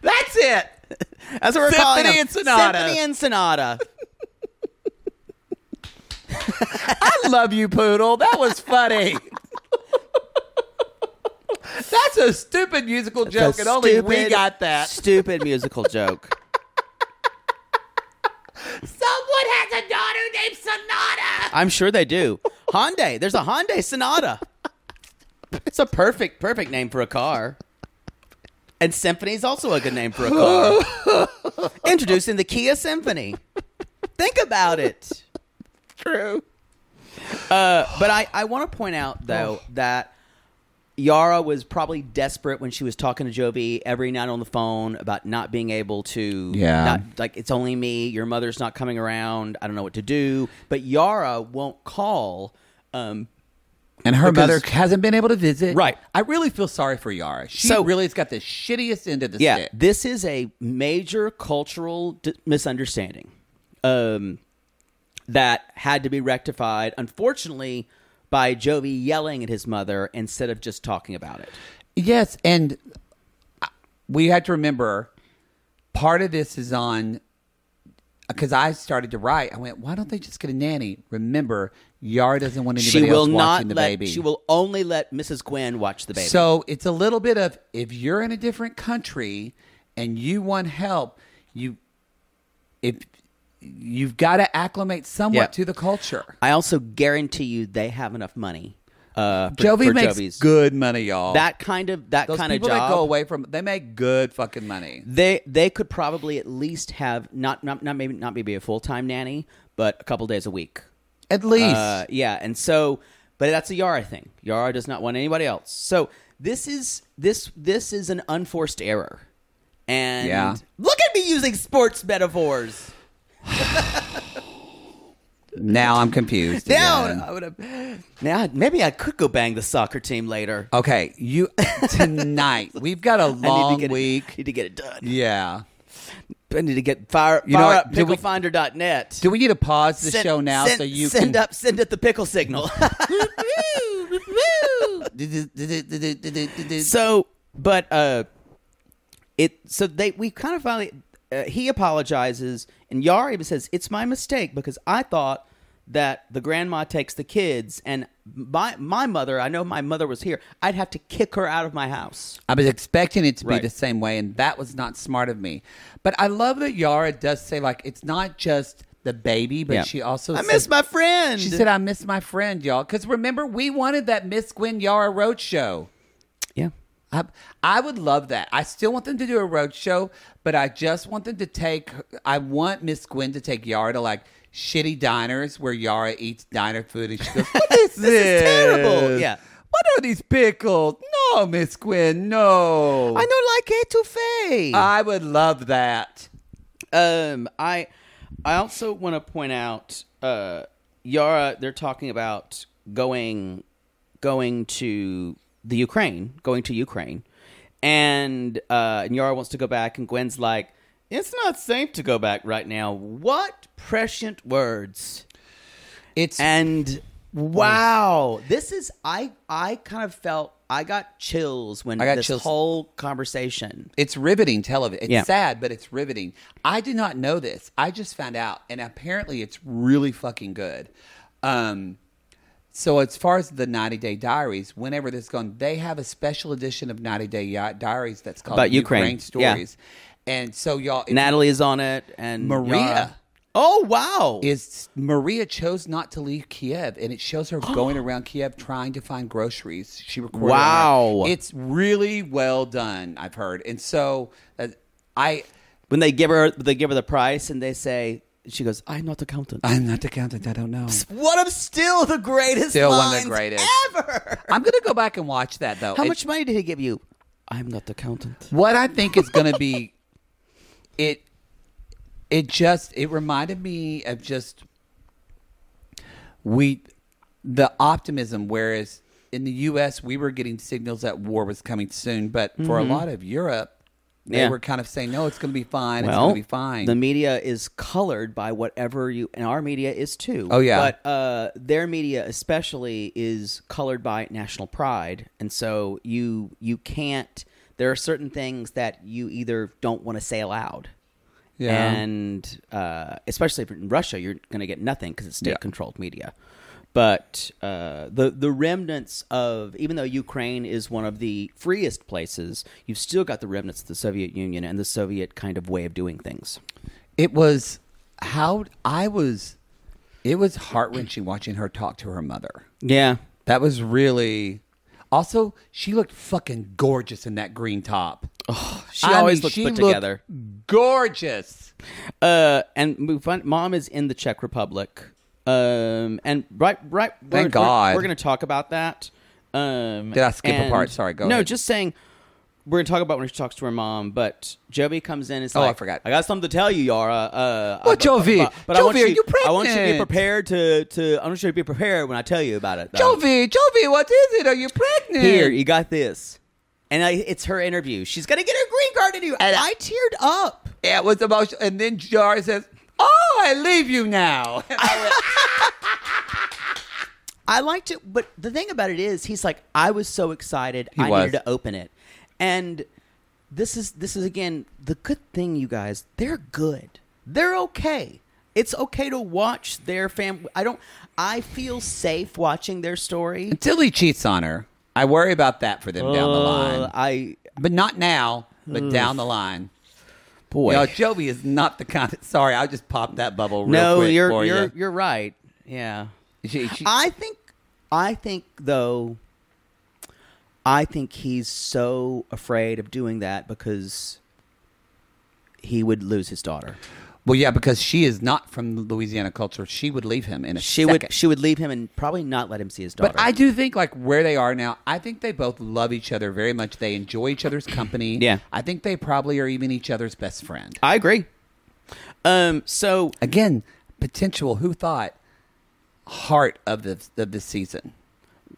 Speaker 2: that's it.
Speaker 3: That's what we're calling
Speaker 2: Symphony
Speaker 3: them.
Speaker 2: and sonata.
Speaker 3: Symphony and sonata.
Speaker 2: I love you, poodle. That was (laughs) funny. that's a stupid musical joke,
Speaker 3: The
Speaker 2: and only we
Speaker 3: stupid-
Speaker 2: got that.
Speaker 3: stupid musical joke.
Speaker 2: Someone has a daughter named Sonata.
Speaker 3: I'm sure they do. Hyundai. There's a Hyundai Sonata. It's a perfect, perfect name for a car. And Symphony is also a good name
Speaker 2: (laughs)
Speaker 3: for a car. Introducing the Kia Symphony. Think about it.
Speaker 2: True.
Speaker 3: Uh, but I, I want to point out, though,
Speaker 2: Oh.
Speaker 3: that Yara was probably desperate when she was talking to Jovi every night on the phone about not being able to.
Speaker 2: Yeah.
Speaker 3: Not, like, it's only me. Your mother's not coming around. I don't know what to do. But Yara won't call. Um,
Speaker 2: And her
Speaker 3: Because-
Speaker 2: mother hasn't been able to visit.
Speaker 3: Right.
Speaker 2: I really feel sorry for Yara. She
Speaker 3: So-
Speaker 2: really has got the shittiest end of the
Speaker 3: yeah,
Speaker 2: stick.
Speaker 3: this is a major cultural d- misunderstanding um, that had to be rectified, unfortunately, by Jovi yelling at his mother instead of just talking about it.
Speaker 2: Yes, and I- we had to remember part of this is on because I started to write. I went, why don't they just get a nanny? Remember, Yara doesn't want anybody
Speaker 3: She will
Speaker 2: else
Speaker 3: not
Speaker 2: watching the
Speaker 3: let.
Speaker 2: baby.
Speaker 3: She will only let Mrs. Gwen watch the baby.
Speaker 2: So it's a little bit of if you're in a different country and you want help, you if you've got to acclimate somewhat
Speaker 3: Yeah.
Speaker 2: to the culture.
Speaker 3: I also guarantee you they have enough money. Uh, for,
Speaker 2: Jovi
Speaker 3: for
Speaker 2: makes
Speaker 3: Jovi's.
Speaker 2: good money, y'all.
Speaker 3: That kind of that
Speaker 2: Those
Speaker 3: kind of
Speaker 2: people
Speaker 3: job.
Speaker 2: that go away from they make good fucking money.
Speaker 3: they they could probably at least have not not, not maybe not maybe a full time nanny, but a couple days a week.
Speaker 2: At least.
Speaker 3: Uh, yeah, and so, but that's a Yara thing. Yara does not want anybody else. So this is this this is an unforced error. And
Speaker 2: Yeah.
Speaker 3: look at me using sports metaphors.
Speaker 2: now I'm confused.
Speaker 3: Now
Speaker 2: again.
Speaker 3: I would have. Now maybe I could go bang the soccer team later.
Speaker 2: Okay, you
Speaker 3: (laughs)
Speaker 2: tonight. We've got a
Speaker 3: I
Speaker 2: long
Speaker 3: need to get It,
Speaker 2: week.
Speaker 3: need to get it done.
Speaker 2: Yeah.
Speaker 3: I need to get fire.
Speaker 2: You know
Speaker 3: fire
Speaker 2: what?
Speaker 3: up
Speaker 2: Do we-
Speaker 3: picklefinder.net.
Speaker 2: Do we need to pause the
Speaker 3: Send-
Speaker 2: show now
Speaker 3: send-
Speaker 2: so you
Speaker 3: send
Speaker 2: can
Speaker 3: up send up the pickle signal. so, but uh, it so they we kind of finally uh, he apologizes, and Yar even says, "It's my mistake because I thought that the grandma takes the kids, and my my mother. I know my mother was here. I'd have to kick her out of my house."
Speaker 2: I was expecting it to
Speaker 3: Right.
Speaker 2: be the same way, and that was not smart of me. But I love that Yara does say like it's not just the baby, but
Speaker 3: Yeah.
Speaker 2: she also
Speaker 3: I
Speaker 2: said-
Speaker 3: miss my friend.
Speaker 2: She said, "I miss my friend, y'all." Because remember, we wanted that Miss Gwen Yara road show.
Speaker 3: "Yeah."
Speaker 2: I, I would love that. I still want them to do a road show, but I just want them to take. I want Miss Gwen to take Yara to like shitty diners where Yara eats diner food, and she goes, "What
Speaker 3: (laughs)
Speaker 2: is this?
Speaker 3: is terrible." Yeah.
Speaker 2: What are these pickles? No, Miss Gwen, no.
Speaker 3: I don't like etouffee.
Speaker 2: I would love that.
Speaker 3: Um, I I also want to point out uh, Yara. They're talking about going going to the Ukraine, going to Ukraine, and uh, and Yara wants to go back, and Gwen's like, "It's not safe to go back right now." What prescient words!
Speaker 2: It's
Speaker 3: And wow, this is I I kind of felt. I got chills when
Speaker 2: I got
Speaker 3: this
Speaker 2: chills.
Speaker 3: whole conversation.
Speaker 2: It's riveting television. It's
Speaker 3: Yeah.
Speaker 2: sad, but it's riveting. I did not know this. I just found out, and apparently, it's really fucking good. Um, so as far as the 90 Day Diaries, whenever this is gone, they have a special edition of 90 Day Di- Diaries that's called
Speaker 3: About Ukraine. Yeah.
Speaker 2: Stories. And so y'all, if-
Speaker 3: Natalie is on it, and
Speaker 2: Maria.
Speaker 3: Yara- Oh wow!
Speaker 2: is Maria chose not to leave Kiev, and it shows
Speaker 3: (gasps)
Speaker 2: her going around Kiev trying to find groceries. She recorded. on that.
Speaker 3: Wow.
Speaker 2: it's really well done. I've heard, and so uh, I.
Speaker 3: when they give her they give her the price and they say she goes i'm not accountant
Speaker 2: (laughs) I'm not the accountant. I don't know.
Speaker 3: one of still the greatest
Speaker 2: Still one of the
Speaker 3: lines
Speaker 2: greatest.
Speaker 3: ever
Speaker 2: I'm gonna go back and watch that though.
Speaker 3: how
Speaker 2: It-
Speaker 3: much money did he give you i'm not the accountant
Speaker 2: What I think is gonna be, (laughs) it, it just it reminded me of just we, the optimism. Whereas in the U.S. we were getting signals that war was coming soon, but for a lot of Europe, they
Speaker 3: Yeah.
Speaker 2: were kind of saying, "No, it's gonna be fine. it's
Speaker 3: well
Speaker 2: gonna be fine."
Speaker 3: the media is colored by whatever you and our media is too
Speaker 2: Oh, yeah.
Speaker 3: but uh, their media especially is colored by national pride and so you you can't there are certain things that you either don't want to say aloud
Speaker 2: yeah.
Speaker 3: and uh, especially if you're in Russia, you're going to get nothing because it's
Speaker 2: Yeah.
Speaker 3: state-controlled media. But uh, the the remnants of even though Ukraine is one of the freest places, you've still got the remnants of the Soviet Union and the Soviet kind of way of doing things.
Speaker 2: it was how I was. It was heart wrenching watching her talk to her mother.
Speaker 3: Yeah,
Speaker 2: That was really. Also, she looked fucking gorgeous in that green top. Oh,
Speaker 3: she always looks put together.
Speaker 2: Gorgeous.
Speaker 3: uh, and we find- mom is in the Czech Republic, um, and right, right. we're- we're-
Speaker 2: God.
Speaker 3: we're, going to talk about that. Um,
Speaker 2: Did I skip a
Speaker 3: and-
Speaker 2: part? Sorry, go
Speaker 3: No,
Speaker 2: ahead.
Speaker 3: just saying. We're going to talk about when she talks to her mom, but Joby comes in. and is
Speaker 2: Oh, I
Speaker 3: like,
Speaker 2: forgot.
Speaker 3: I got something to tell you, Yara. Uh,
Speaker 2: What,
Speaker 3: I-
Speaker 2: Jovi?
Speaker 3: But, but I want
Speaker 2: Jovi,
Speaker 3: you,
Speaker 2: are you
Speaker 3: I want you to be
Speaker 2: pregnant?
Speaker 3: prepared to. to I want you to be prepared when I tell you about it. though.
Speaker 2: Jovi, Jovi, what is it? Are you pregnant?
Speaker 3: Oh. here e- you got this, and I, it's her interview. She's going to get her green card interview. And I teared up.
Speaker 2: It was emotional. And then Jar says, Oh, I leave you now. (laughs)
Speaker 3: I liked it, but the thing about it is, he's like, I was so excited, I
Speaker 2: was.
Speaker 3: needed to open it, and this is this is again the good thing, you guys. They're good. They're okay. It's okay to watch their fam. I don't. I feel safe watching their story.
Speaker 2: Until he cheats on her. I worry about that for them down the
Speaker 3: Uh,
Speaker 2: line.
Speaker 3: I
Speaker 2: But not now, but down the line.
Speaker 3: boy.
Speaker 2: Y'all, Jovi is not the kind of. Sorry, I just popped that bubble real
Speaker 3: no,
Speaker 2: quick
Speaker 3: you're
Speaker 2: for
Speaker 3: you're
Speaker 2: you.
Speaker 3: you're right. Yeah.
Speaker 2: She- she-
Speaker 3: I think I think though I think he's so afraid of doing that because he would lose his daughter.
Speaker 2: Well, yeah, because she is not from Louisiana culture. She would leave him in a
Speaker 3: She
Speaker 2: second.
Speaker 3: would she would leave him and probably not let him see his daughter.
Speaker 2: but I do think like where they are now, I think they both love each other very much. They enjoy each other's company.
Speaker 3: Yeah.
Speaker 2: I think they probably are even each other's best friend.
Speaker 3: I agree. Um so
Speaker 2: Again, potential. Who thought heart of the of the season?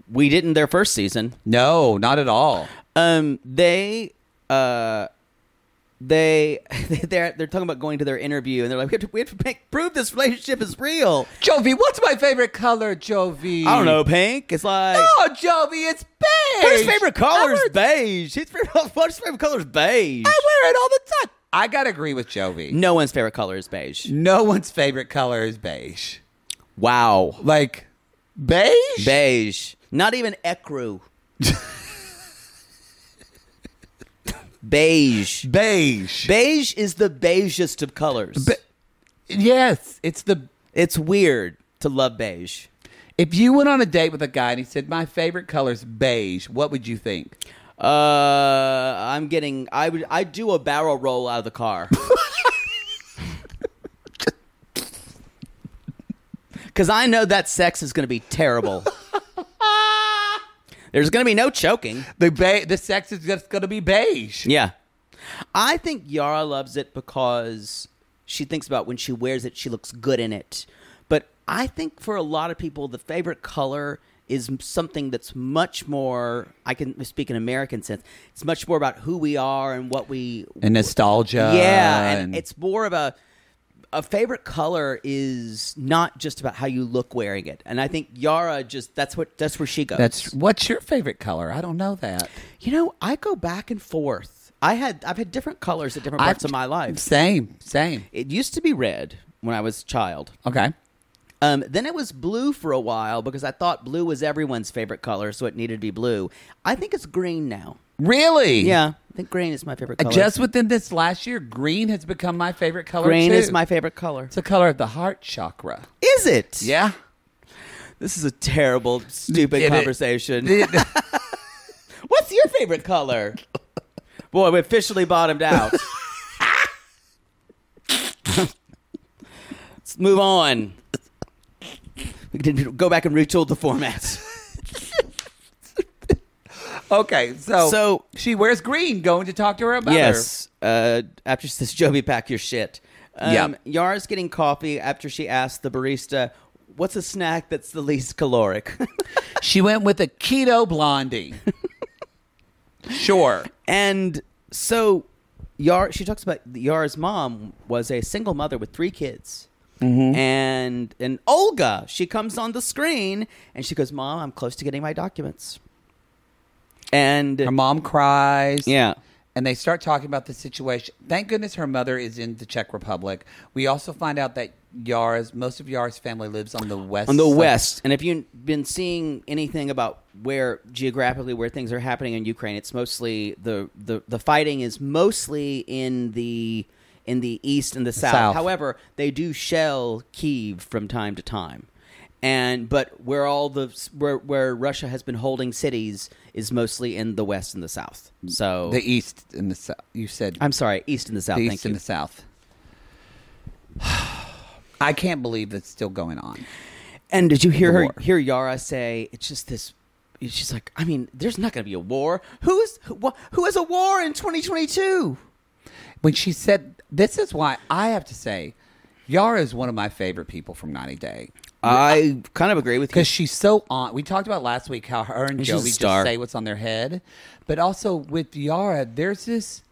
Speaker 3: we didn't their first season.
Speaker 2: No, not at all.
Speaker 3: Um, they, uh, they, (laughs) they're they're talking about going to their interview, and they're like, we have to, we have to make, prove this relationship is real.
Speaker 2: Jovi, what's my favorite color, Jovi?
Speaker 3: I don't know, pink. It's like.
Speaker 2: Oh, Jovi, it's beige.
Speaker 3: Her favorite color
Speaker 2: I
Speaker 3: is
Speaker 2: wear-
Speaker 3: (laughs) beige. His favorite, what's his favorite color is beige.
Speaker 2: I wear it all the time. I gotta agree with Jovi.
Speaker 3: No one's favorite color is beige.
Speaker 2: No one's favorite color is beige.
Speaker 3: Wow.
Speaker 2: Like beige?
Speaker 3: Beige. Not even ecru. (laughs) beige.
Speaker 2: beige.
Speaker 3: Beige is the beigest of colors.
Speaker 2: yes, it's the.
Speaker 3: it's weird to love beige.
Speaker 2: If you went on a date with a guy and he said, "My favorite color is beige," what would you think?
Speaker 3: Uh, I'm getting. I would. I do a barrel roll out of the car. Because I know that sex is going to be terrible. There's going to be no choking.
Speaker 2: The ba- the sex is just gonna be beige.
Speaker 3: Yeah. I think Yara loves it because she thinks about when she wears it, she looks good in it. But I think for a lot of people, the favorite color is m- something that's much more, I can speak in American sense, it's much more about who we are and what we.
Speaker 2: And nostalgia.
Speaker 3: yeah. And it's more of a. A favorite color is not just about how you look wearing it, and I think Yara just that's what that's where she goes.
Speaker 2: that's what's your favorite color? I don't know that.
Speaker 3: You know, I go back and forth. I had I've had different colors at different parts
Speaker 2: I've-
Speaker 3: of my life.
Speaker 2: Same, same.
Speaker 3: It used to be red when I was a child.
Speaker 2: Okay.
Speaker 3: Um, then it was blue for a while because I thought blue was everyone's favorite color, so it needed to be blue. I think it's green now.
Speaker 2: Really? Uh,
Speaker 3: Yeah, I think green is my favorite color.
Speaker 2: Just within this last year, green has become my favorite color.
Speaker 3: green
Speaker 2: too.
Speaker 3: is my favorite color.
Speaker 2: It's the color of the heart chakra.
Speaker 3: Is
Speaker 4: (laughs)
Speaker 3: it?
Speaker 2: Yeah.
Speaker 3: This is a terrible, stupid
Speaker 2: It- it-
Speaker 3: conversation. What's your favorite color? Boy, we officially bottomed
Speaker 2: (laughs)
Speaker 3: out. Let's move on. We can go back and retool the format.
Speaker 2: okay, so
Speaker 3: So-
Speaker 2: she wears green, going to talk to her about her.
Speaker 3: yes. Uh, after she says, Joby, pack your shit. Um,
Speaker 2: Yep.
Speaker 3: Yara's getting coffee after she asked the barista, What's a snack that's the least caloric? (laughs)
Speaker 2: She went with a keto blondie. sure.
Speaker 3: And so, Yar, she talks about Yara's mom was a single mother with three kids. And and Olga, she comes on the screen and she goes, "Mom, I'm close to getting my documents." And
Speaker 2: Her mom cries.
Speaker 3: yeah,
Speaker 2: And they start talking about the situation. Thank goodness her mother is in the Czech Republic. We also find out that Yara's most of Yara's family lives on the west
Speaker 3: on the
Speaker 2: side-
Speaker 3: west. And if you've been seeing anything about where geographically where things are happening in Ukraine, it's mostly the the, the fighting is mostly in the in the east and the south.
Speaker 2: South.
Speaker 3: However, they do shell Kiev from time to time. And but where all the where where Russia has been holding cities is mostly in the west and the south. So
Speaker 2: the east and the south. You said
Speaker 3: I'm sorry, east and the south.
Speaker 2: the
Speaker 3: thank
Speaker 2: east
Speaker 3: you.
Speaker 2: and the south. (sighs) I can't believe that's still going on.
Speaker 3: And did you hear
Speaker 2: The
Speaker 3: her
Speaker 2: war.
Speaker 3: hear Yara say it's just this? She's like, I mean, there's not going to be a war. Who is who, wha- who has a war in 2022?
Speaker 2: When she said, "This is why I have to say, Yara is one of my favorite people from 90 Day."
Speaker 3: I kind of agree with
Speaker 2: Because she's so on. We talked about last week how her and
Speaker 3: She's a
Speaker 2: Joey just
Speaker 3: star.
Speaker 2: say what's on their head, but also with Yara, there's this.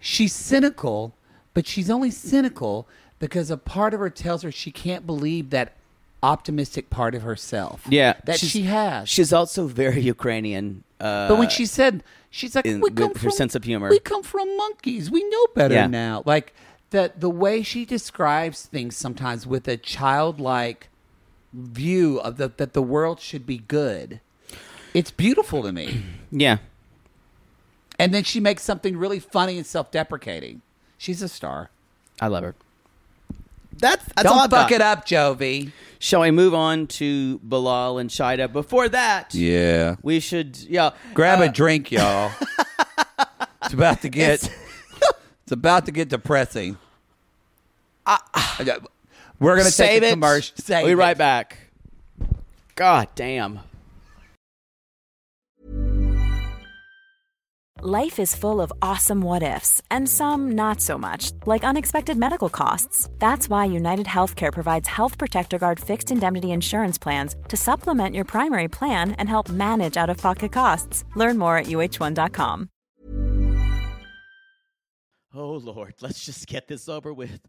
Speaker 2: She's cynical, but she's only cynical because a part of her tells her she can't believe that optimistic part of herself. that she has.
Speaker 3: She's also very Ukrainian. Uh,
Speaker 2: But when she said, she's like,
Speaker 3: in-
Speaker 2: we come
Speaker 3: with her
Speaker 2: from,
Speaker 3: sense of humor.
Speaker 2: We come from monkeys. We know better
Speaker 3: Yeah.
Speaker 2: now. Like that, the way she describes things sometimes with a childlike view of the, that the world should be good. It's beautiful to me. (clears throat)
Speaker 3: yeah,
Speaker 2: And then she makes something really funny and self-deprecating. She's a star.
Speaker 3: I love her. That's, that's all
Speaker 2: Don't
Speaker 3: I've
Speaker 2: fuck
Speaker 3: got.
Speaker 2: it up, Jovi.
Speaker 3: Shall I move on to Bilal and Shida? Before that,
Speaker 2: Yeah.
Speaker 3: we should yeah
Speaker 2: Grab
Speaker 3: uh,
Speaker 2: a
Speaker 3: (laughs)
Speaker 2: drink, y'all. it's about to get. (laughs) It's, about to get depressing. We're gonna
Speaker 3: Uh, Save
Speaker 2: take a
Speaker 3: it.
Speaker 2: commercial. Save
Speaker 3: we'll be right
Speaker 2: it.
Speaker 3: back. God damn.
Speaker 5: Life is full of awesome what ifs and some not so much, like unexpected medical costs. That's why United Healthcare provides Health Protector Guard fixed indemnity insurance plans to supplement your primary plan and help manage out of pocket costs. Learn more at uh1.com.
Speaker 3: Oh Lord, let's just get this over with.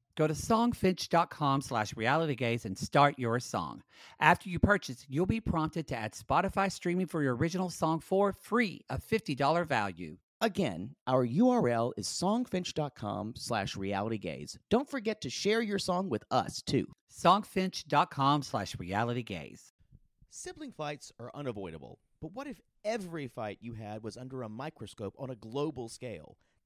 Speaker 2: Go to songfinch.com slash realitygaze and start your song. After you purchase, you'll be prompted to add Spotify streaming for your original song for free, a $50 value.
Speaker 3: Again, our URL is songfinch.com slash realitygaze. Don't forget to share your song with us, too.
Speaker 2: songfinch.com slash reality gaze.
Speaker 3: Sibling fights are unavoidable, but what if every fight you had was under a microscope on a global scale?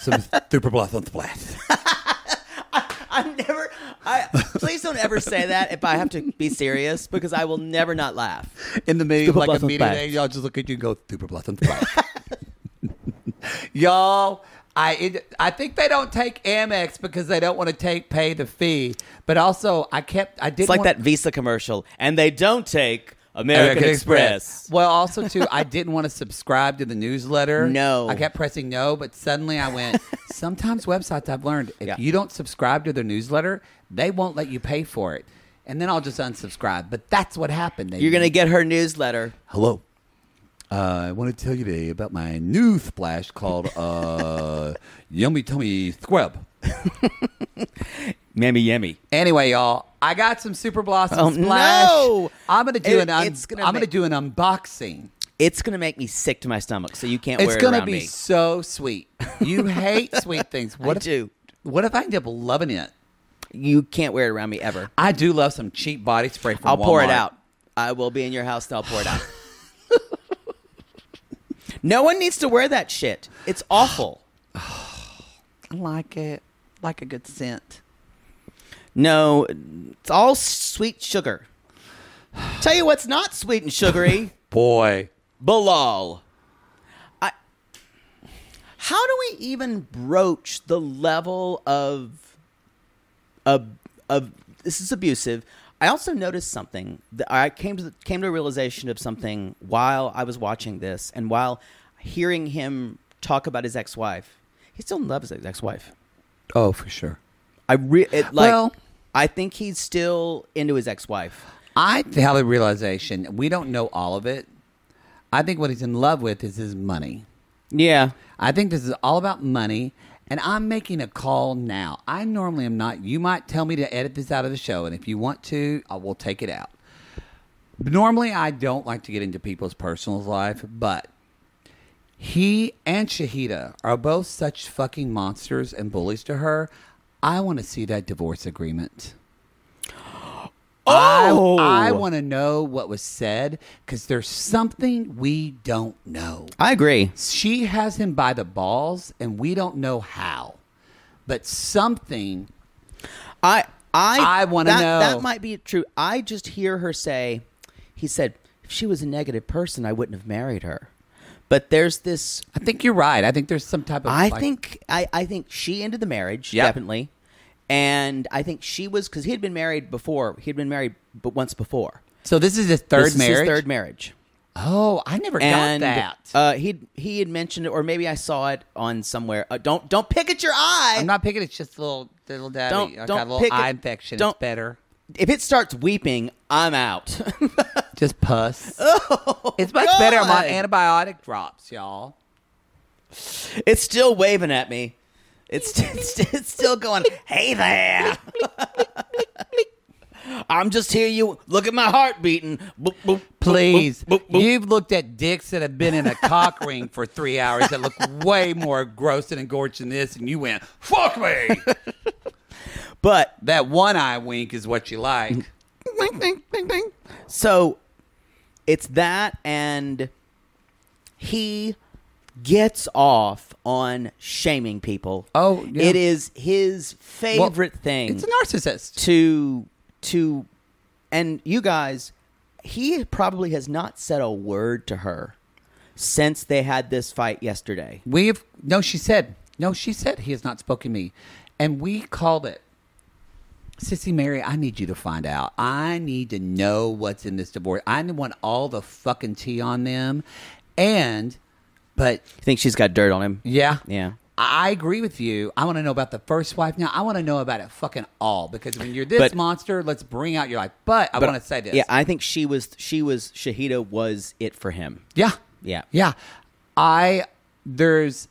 Speaker 6: some super blast on the blast.
Speaker 7: I'm never. I please don't ever say that if I have to be serious because I will never not laugh.
Speaker 6: In the meeting,
Speaker 7: Super
Speaker 6: like
Speaker 7: blast
Speaker 6: a
Speaker 7: on the
Speaker 6: meeting,
Speaker 7: blast.
Speaker 6: and y'all just look at you and go, super blast on the blast.
Speaker 2: (laughs) Y'all, I it, I think they don't take Amex because they don't want to take pay the fee. But also, I kept I didn't
Speaker 7: It's like
Speaker 2: want-
Speaker 7: that Visa commercial, and they don't take American, Express.
Speaker 2: Well, also too, I didn't want to subscribe to the
Speaker 7: (laughs)
Speaker 2: newsletter.
Speaker 7: No.
Speaker 2: I kept pressing no, but suddenly I went. Sometimes websites I've learned if
Speaker 7: Yeah.
Speaker 2: you don't subscribe to their newsletter, they won't let you pay for it, and then I'll just unsubscribe. But that's what happened. They-
Speaker 7: You're gonna get her newsletter.
Speaker 6: Hello. Uh, I want to tell you today about my new splash called
Speaker 2: (laughs)
Speaker 6: uh, Yummy Tummy Squab.
Speaker 7: Mammy Yummy.
Speaker 2: Anyway, y'all, I got some Super Blossom
Speaker 7: Oh,
Speaker 2: Splash.
Speaker 7: no!
Speaker 2: I'm gonna do
Speaker 7: It-
Speaker 2: an un-
Speaker 7: it's gonna
Speaker 2: I'm gonna
Speaker 7: make-
Speaker 2: do an unboxing.
Speaker 7: It's gonna make me sick to my stomach, so you can't
Speaker 2: It's
Speaker 7: wear it
Speaker 2: gonna
Speaker 7: around
Speaker 2: be
Speaker 7: me.
Speaker 2: so sweet.
Speaker 7: (laughs)
Speaker 2: You hate sweet things. What
Speaker 7: I
Speaker 2: if,
Speaker 7: do.
Speaker 2: What if I end up loving it?
Speaker 7: You can't wear it around me ever.
Speaker 2: I do love some cheap body spray from
Speaker 7: I'll pour it
Speaker 2: Walmart.
Speaker 7: out. I will be in your house and I'll pour it out. (laughs) no one needs to wear that shit. It's awful.
Speaker 2: I like it. Like a good scent.
Speaker 3: No, it's all sweet sugar. Tell you what's not sweet and sugary.
Speaker 8: Boy.
Speaker 3: Bilal. I, how do we even broach the level of, of, of this is abusive? I also noticed something that I came to the, came to a realization of something while I was watching this and while hearing him talk about his ex wife. He still loves his ex wife.
Speaker 8: Oh, for sure.
Speaker 3: I re- it, like
Speaker 2: Well-
Speaker 3: I think he's still into his ex wife.
Speaker 2: I have a realization. We don't know all of it. I think what he's in love with is his money.
Speaker 3: Yeah.
Speaker 2: I think this is all about money. And I'm making a call now. I normally am not. You might tell me to edit this out of the show. And if you want to, I will take it out. Normally, I don't like to get into people's personal life, but he and Shahida are both such fucking monsters and bullies to her. I want to see that divorce agreement.
Speaker 3: Oh,
Speaker 2: I want to know what was said because there's something we don't know.
Speaker 3: I agree.
Speaker 2: She has him by the balls, and we don't know how, but something.
Speaker 3: I I
Speaker 2: I wanna
Speaker 3: that-
Speaker 2: know.
Speaker 3: That might be true. I just hear her say, "He said if she was a negative person, I wouldn't have married her." But there's this.
Speaker 2: I think you're right. I think there's some type of.
Speaker 3: I
Speaker 2: like-
Speaker 3: think I, I think she ended the marriage
Speaker 2: Yep.
Speaker 3: definitely, and I think she was because he had been married before. He had been married but once before.
Speaker 2: so. This is his third
Speaker 3: This is his
Speaker 2: marriage.
Speaker 3: third marriage.
Speaker 2: oh, I never
Speaker 3: and
Speaker 2: got that.
Speaker 3: Uh, he he had mentioned it, or maybe I saw it on somewhere. Uh, don't don't pick at your eye.
Speaker 2: I'm not picking. It's just a little little daddy.
Speaker 3: Don't-
Speaker 2: I got
Speaker 3: don't
Speaker 2: a little
Speaker 3: pick
Speaker 2: eye
Speaker 3: it.
Speaker 2: infection.
Speaker 3: Don't-
Speaker 2: it's better.
Speaker 3: if it starts weeping, I'm out. (laughs)
Speaker 2: Just puss. it's much better. I'm on
Speaker 3: Oh, God.
Speaker 2: antibiotic drops, y'all.
Speaker 3: It's still waving at me. It's (laughs) it's, it's still going. Hey there. (laughs) I'm just here. You look at my heart beating. Boop, boop, boop,
Speaker 2: Please,
Speaker 3: boop, boop, boop.
Speaker 2: you've looked at dicks that have been in
Speaker 3: (laughs)
Speaker 2: a cock ring for three hours that look way more gross and engorged than this, and you went, "Fuck me."
Speaker 3: But
Speaker 2: that one eye wink is what you like.
Speaker 3: Ding, ding, ding, ding. so it's that, and he gets off on shaming people.
Speaker 2: Oh, yeah.
Speaker 3: it is his
Speaker 2: Well,
Speaker 3: favorite thing.
Speaker 2: It's a narcissist.
Speaker 3: to to and you guys he probably has not said a word to her since they had this fight yesterday
Speaker 2: We have no. She said no. She said he has not spoken to me, and we called it. Sissy Mary, I need you to find out. I need to know what's in this divorce. I want all the fucking tea on them, and but
Speaker 3: you think she's got dirt on him
Speaker 2: yeah,
Speaker 3: yeah
Speaker 2: I agree with you. I want to know about the first wife. Now I want to know about it fucking all because when you're this
Speaker 3: But-
Speaker 2: monster, let's bring out your life. But I
Speaker 3: But-
Speaker 2: want to say this.
Speaker 3: yeah i think she was she was shahida was it for him
Speaker 2: Yeah.
Speaker 3: Yeah.
Speaker 2: Yeah. I there's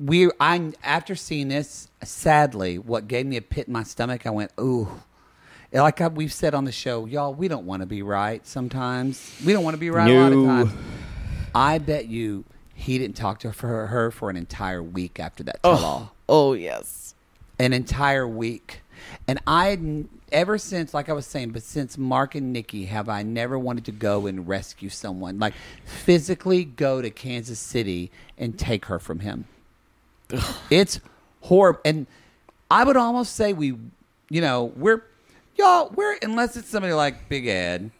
Speaker 2: we I after seeing this, sadly, what gave me a pit in my stomach, I went, ooh. And Like I, we've said on the show, y'all, we don't want to be right sometimes. We don't want to be right a lot
Speaker 3: No.
Speaker 2: of times. I bet you he didn't talk to her, her for an entire week after that tell all
Speaker 3: oh yes
Speaker 2: an entire week. And I had n- ever since, like I was saying, but since Mark and Nikki, have I never wanted to go and rescue someone, like physically go to Kansas City and take her from him. it's horrible, and I would almost say we, you know, we're y'all, we're unless it's somebody like Big Ed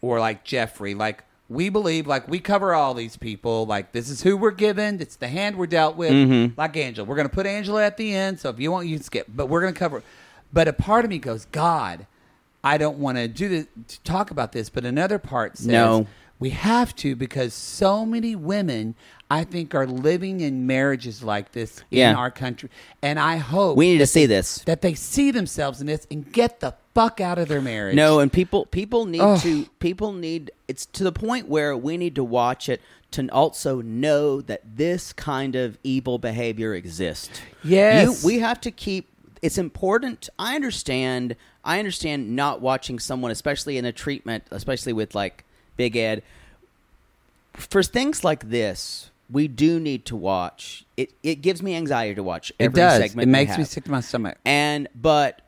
Speaker 2: or like Jeffrey, like we believe, like we cover all these people. Like this is who we're given. It's the hand we're dealt with. Like Angela, we're gonna put Angela at the end. So if you want, you can skip. But we're gonna cover. But a part of me goes, God, I don't want to do this, to talk about this. But another part says,
Speaker 3: No.
Speaker 2: we have to because so many women, I think, are living in marriages like this
Speaker 3: Yeah.
Speaker 2: in our country. And I hope
Speaker 3: we need to see this
Speaker 2: that they see themselves in this and get the fuck out of their marriage.
Speaker 3: no and people people need to people need it's to the point where we need to watch it to also know that this kind of evil behavior exists
Speaker 2: Yes.
Speaker 3: You- we have to keep it's important i understand i understand not watching someone especially in a treatment especially with like big ed for things like this we do need to watch it it gives me anxiety to watch
Speaker 2: it
Speaker 3: every
Speaker 2: does.
Speaker 3: segment
Speaker 2: It
Speaker 3: we
Speaker 2: makes me
Speaker 3: have.
Speaker 2: sick to my stomach.
Speaker 3: And but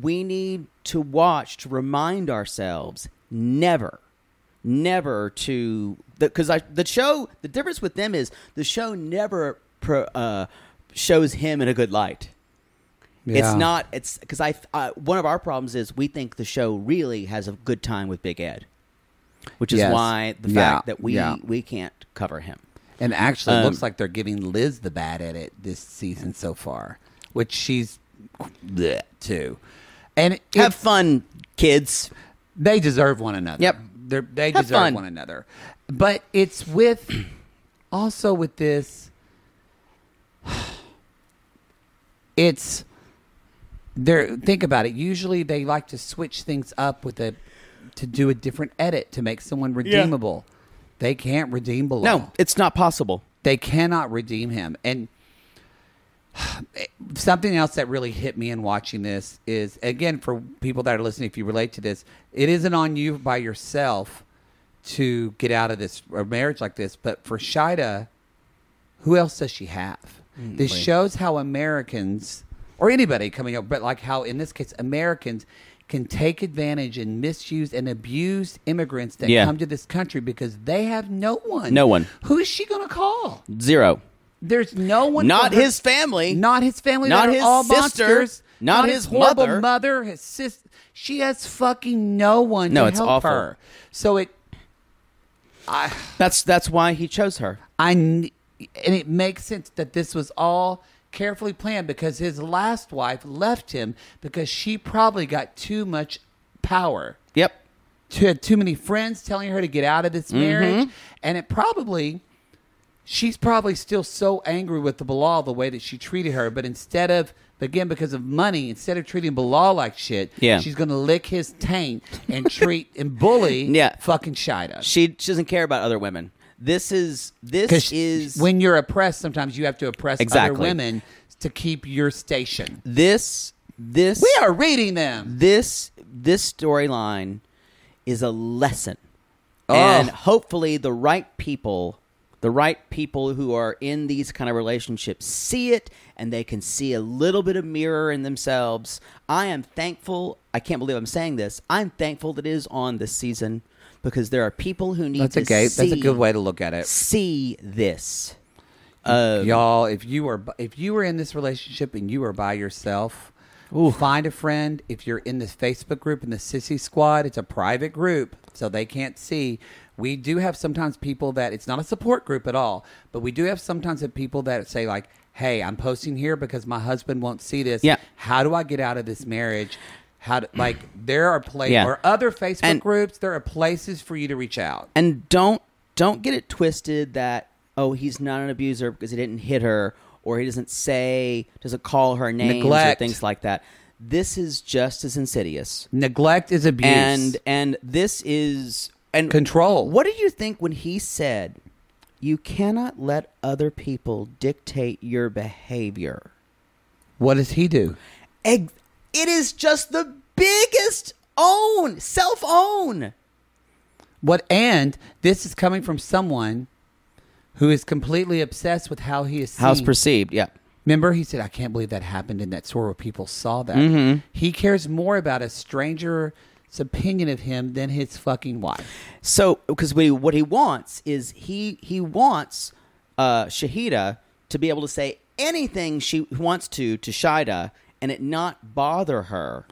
Speaker 3: we need to watch to remind ourselves never, never to because I the show the difference with them is the show never pro, uh, shows him in a good light. It's
Speaker 2: Yeah.
Speaker 3: not. It's because I. Uh, one of our problems is we think the show really has a good time with Big Ed, which is
Speaker 2: Yes.
Speaker 3: why the
Speaker 2: Yeah,
Speaker 3: fact that we
Speaker 2: yeah.
Speaker 3: we can't cover him.
Speaker 2: And actually,
Speaker 3: Um,
Speaker 2: it looks like they're giving Liz the bad edit this season so far, which she's bleh, too. And have
Speaker 3: fun, kids.
Speaker 2: They deserve one another. Yep, they're, they
Speaker 3: Have
Speaker 2: deserve
Speaker 3: fun.
Speaker 2: one another. But it's with (clears throat) also with this. (sighs) It's they're think about it. Usually, they like to switch things up with a to do a different edit to make someone redeemable. They can't redeem Bilal.
Speaker 3: No, it's not possible.
Speaker 2: They cannot redeem him. And (sighs) something else that really hit me in watching this is again for people that are listening if you relate to this it isn't on you by yourself to get out of this a marriage like this but for Shida who else does she have
Speaker 8: Mm,
Speaker 2: this
Speaker 8: right.
Speaker 2: shows how Americans or anybody coming up but like how in this case Americans can take advantage and misuse and abuse immigrants that
Speaker 3: Yeah.
Speaker 2: come to this country because they have no one
Speaker 3: No one.
Speaker 2: who is she going to call
Speaker 3: Zero.
Speaker 2: there's no one.
Speaker 3: Not
Speaker 2: for her-
Speaker 3: his family.
Speaker 2: Not his family.
Speaker 3: Not
Speaker 2: They're
Speaker 3: his
Speaker 2: all
Speaker 3: sister.
Speaker 2: monsters.
Speaker 3: Not his
Speaker 2: his, horrible
Speaker 3: mother.
Speaker 2: mother. His sister. She has fucking no one.
Speaker 3: No,
Speaker 2: to
Speaker 3: it's
Speaker 2: help
Speaker 3: awful.
Speaker 2: Her. So it. I,
Speaker 3: that's that's why he chose her.
Speaker 2: I kn- and it makes sense that this was all carefully planned because his last wife left him because she probably got too much power.
Speaker 3: Yep.
Speaker 2: She had too many friends telling her to get out of this
Speaker 3: Mhm.
Speaker 2: marriage, and it probably she's probably still so angry with the Bilal the way that she treated her. But instead of again because of money, instead of treating Bilal like shit,
Speaker 3: Yeah.
Speaker 2: she's gonna lick his taint and
Speaker 3: (laughs)
Speaker 2: treat and bully
Speaker 3: Yeah.
Speaker 2: fucking Shida.
Speaker 3: She she doesn't care about other women. This is this
Speaker 2: 'Cause
Speaker 3: is
Speaker 2: when you're oppressed. Sometimes you have to oppress
Speaker 3: Exactly.
Speaker 2: other women to keep your station.
Speaker 3: this this
Speaker 2: We are reading them.
Speaker 3: this this storyline is a lesson
Speaker 2: Ugh.
Speaker 3: and hopefully the right people the right people who are in these kind of relationships see it and they can see a little bit of mirror in themselves i am thankful i can't believe i'm saying this i'm thankful that it is on this season because there are people who need
Speaker 2: That's
Speaker 3: to
Speaker 2: a gay,
Speaker 3: see
Speaker 2: that's a good way to look at it.
Speaker 3: see this
Speaker 2: y'all if you are bu- if you are in this relationship and you are by yourself find a friend if you're in this facebook group in the sissy squad it's a private group so they can't see we do have sometimes people that it's not a support group at all but we do have sometimes have people that say like hey i'm posting here because my husband won't see this
Speaker 3: Yeah.
Speaker 2: how do i get out of this marriage how do, like there are places
Speaker 3: Yeah.
Speaker 2: or other facebook
Speaker 3: And-
Speaker 2: groups there are places for you to reach out
Speaker 3: And don't don't get it twisted that oh he's not an abuser because he didn't hit her or he doesn't say doesn't call her names
Speaker 2: Neglect.
Speaker 3: or things like that. This is just as insidious.
Speaker 2: neglect is abuse
Speaker 3: And and this is and
Speaker 2: Control.
Speaker 3: What did you think when he said you cannot let other people dictate your behavior?
Speaker 2: what does he do
Speaker 3: Egg, it is just the biggest own, self own.
Speaker 2: What and this is coming from someone who is completely obsessed with how he is seen.
Speaker 3: How's perceived, yeah.
Speaker 2: Remember, he said, "I can't believe that happened," and that sort of people saw that.
Speaker 3: Mhm.
Speaker 2: He cares more about a stranger's opinion of him than his fucking wife.
Speaker 3: So, because we, what he wants is he he wants uh, Shahida to be able to say anything she wants to to Shida, and it not bother her.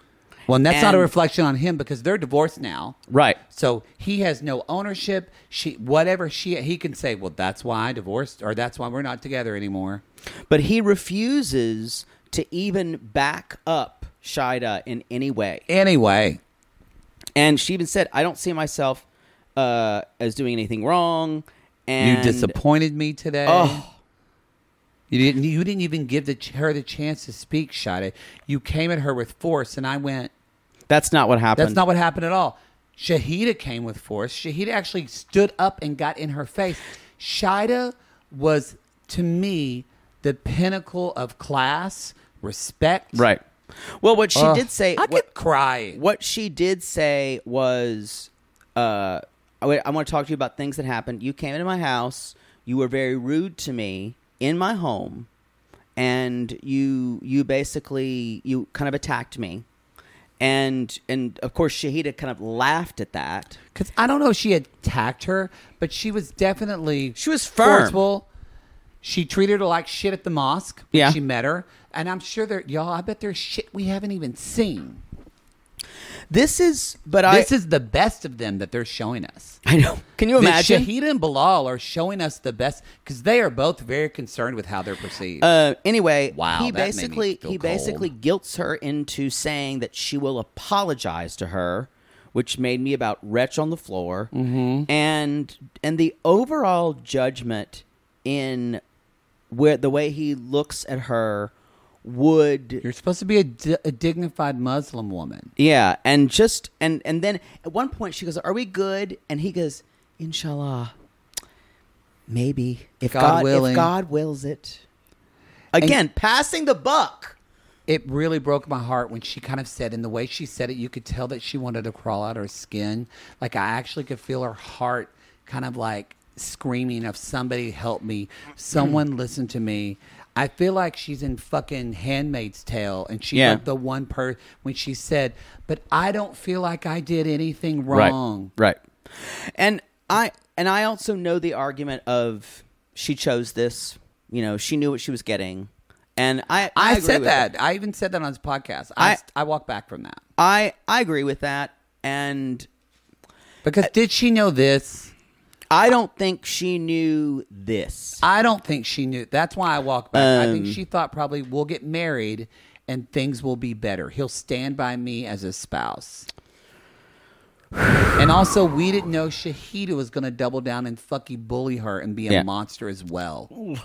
Speaker 2: Well, and that's not a
Speaker 3: And-
Speaker 2: reflection on him because they're divorced now,
Speaker 3: Right.
Speaker 2: So he has no ownership. She, whatever she, he can say, "Well, that's why I divorced," or "That's why we're not together anymore."
Speaker 3: But he refuses to even back up Shida in any way.
Speaker 2: Anyway,
Speaker 3: And she even said, "I don't see myself uh, as doing anything wrong." And
Speaker 2: you disappointed me today.
Speaker 3: Oh.
Speaker 2: You didn't. You didn't even give the, her the chance to speak, Shada. You came at her with force, and I went.
Speaker 3: That's not what happened.
Speaker 2: That's not what happened at all. Shahida came with force. Shahida actually stood up and got in her face. Shida was, to me, the pinnacle of class, respect.
Speaker 3: Right. Well, what she
Speaker 2: Ugh.
Speaker 3: did say,
Speaker 2: I
Speaker 3: what,
Speaker 2: could cry.
Speaker 3: What she did say was, uh, I, want to talk to you about things that happened. You came into my house. You were very rude to me in my home, and you you basically you kind of attacked me, and and of course Shahida kind of laughed at that.
Speaker 2: Because I don't know if she attacked her, but she was definitely
Speaker 3: She was firm.
Speaker 2: forceful. She treated her like shit at the mosque. when
Speaker 3: Yeah.
Speaker 2: she met her. And I'm sure there, y'all. I bet there's shit we haven't even seen.
Speaker 3: This is, but
Speaker 2: I. This is the best of them that they're showing us.
Speaker 3: (laughs) I know. Can you
Speaker 2: That
Speaker 3: imagine?
Speaker 2: Shahida and Bilal are showing us the best because they are both very concerned with how they're perceived.
Speaker 3: Uh, anyway,
Speaker 2: wow.
Speaker 3: he
Speaker 2: that made me
Speaker 3: basically
Speaker 2: feel
Speaker 3: he
Speaker 2: cold.
Speaker 3: basically guilts her into saying that she will apologize to her, which made me about wretch on the floor. Mm-hmm. And and the overall judgment in where the way he looks at her would
Speaker 2: You're supposed to be a, di- a dignified Muslim woman.
Speaker 3: yeah, and just and and then at one point she goes, "Are we good?" And he goes, "Inshallah, maybe if
Speaker 2: God
Speaker 3: God,
Speaker 2: willing."
Speaker 3: if God wills it." Again, passing the buck.
Speaker 2: It really broke my heart when she kind of said, in the way she said it, you could tell that she wanted to crawl out her skin. Like I actually could feel her heart kind of like screaming of somebody help me, someone listen to me. I feel like she's in fucking Handmaid's Tale, and she's
Speaker 3: Yeah.
Speaker 2: like the one per when she said, "But I don't feel like I did anything
Speaker 3: Right.
Speaker 2: wrong."
Speaker 3: Right. And I and I also know the argument of she chose this. You know, she knew what she was getting. And I I,
Speaker 2: I,
Speaker 3: agree
Speaker 2: said
Speaker 3: with
Speaker 2: that. I even said that on his podcast. I
Speaker 3: I-
Speaker 2: I walk back from that.
Speaker 3: I I agree with that. And
Speaker 2: Because did she know this?
Speaker 3: I don't think she knew this.
Speaker 2: I don't think she knew. That's why I walked back. I think she thought probably we'll get married and things will be better. He'll stand by me as a spouse. and also, we didn't know Shahida was going to double down and fucking bully her and be a
Speaker 3: Yeah.
Speaker 2: monster as well.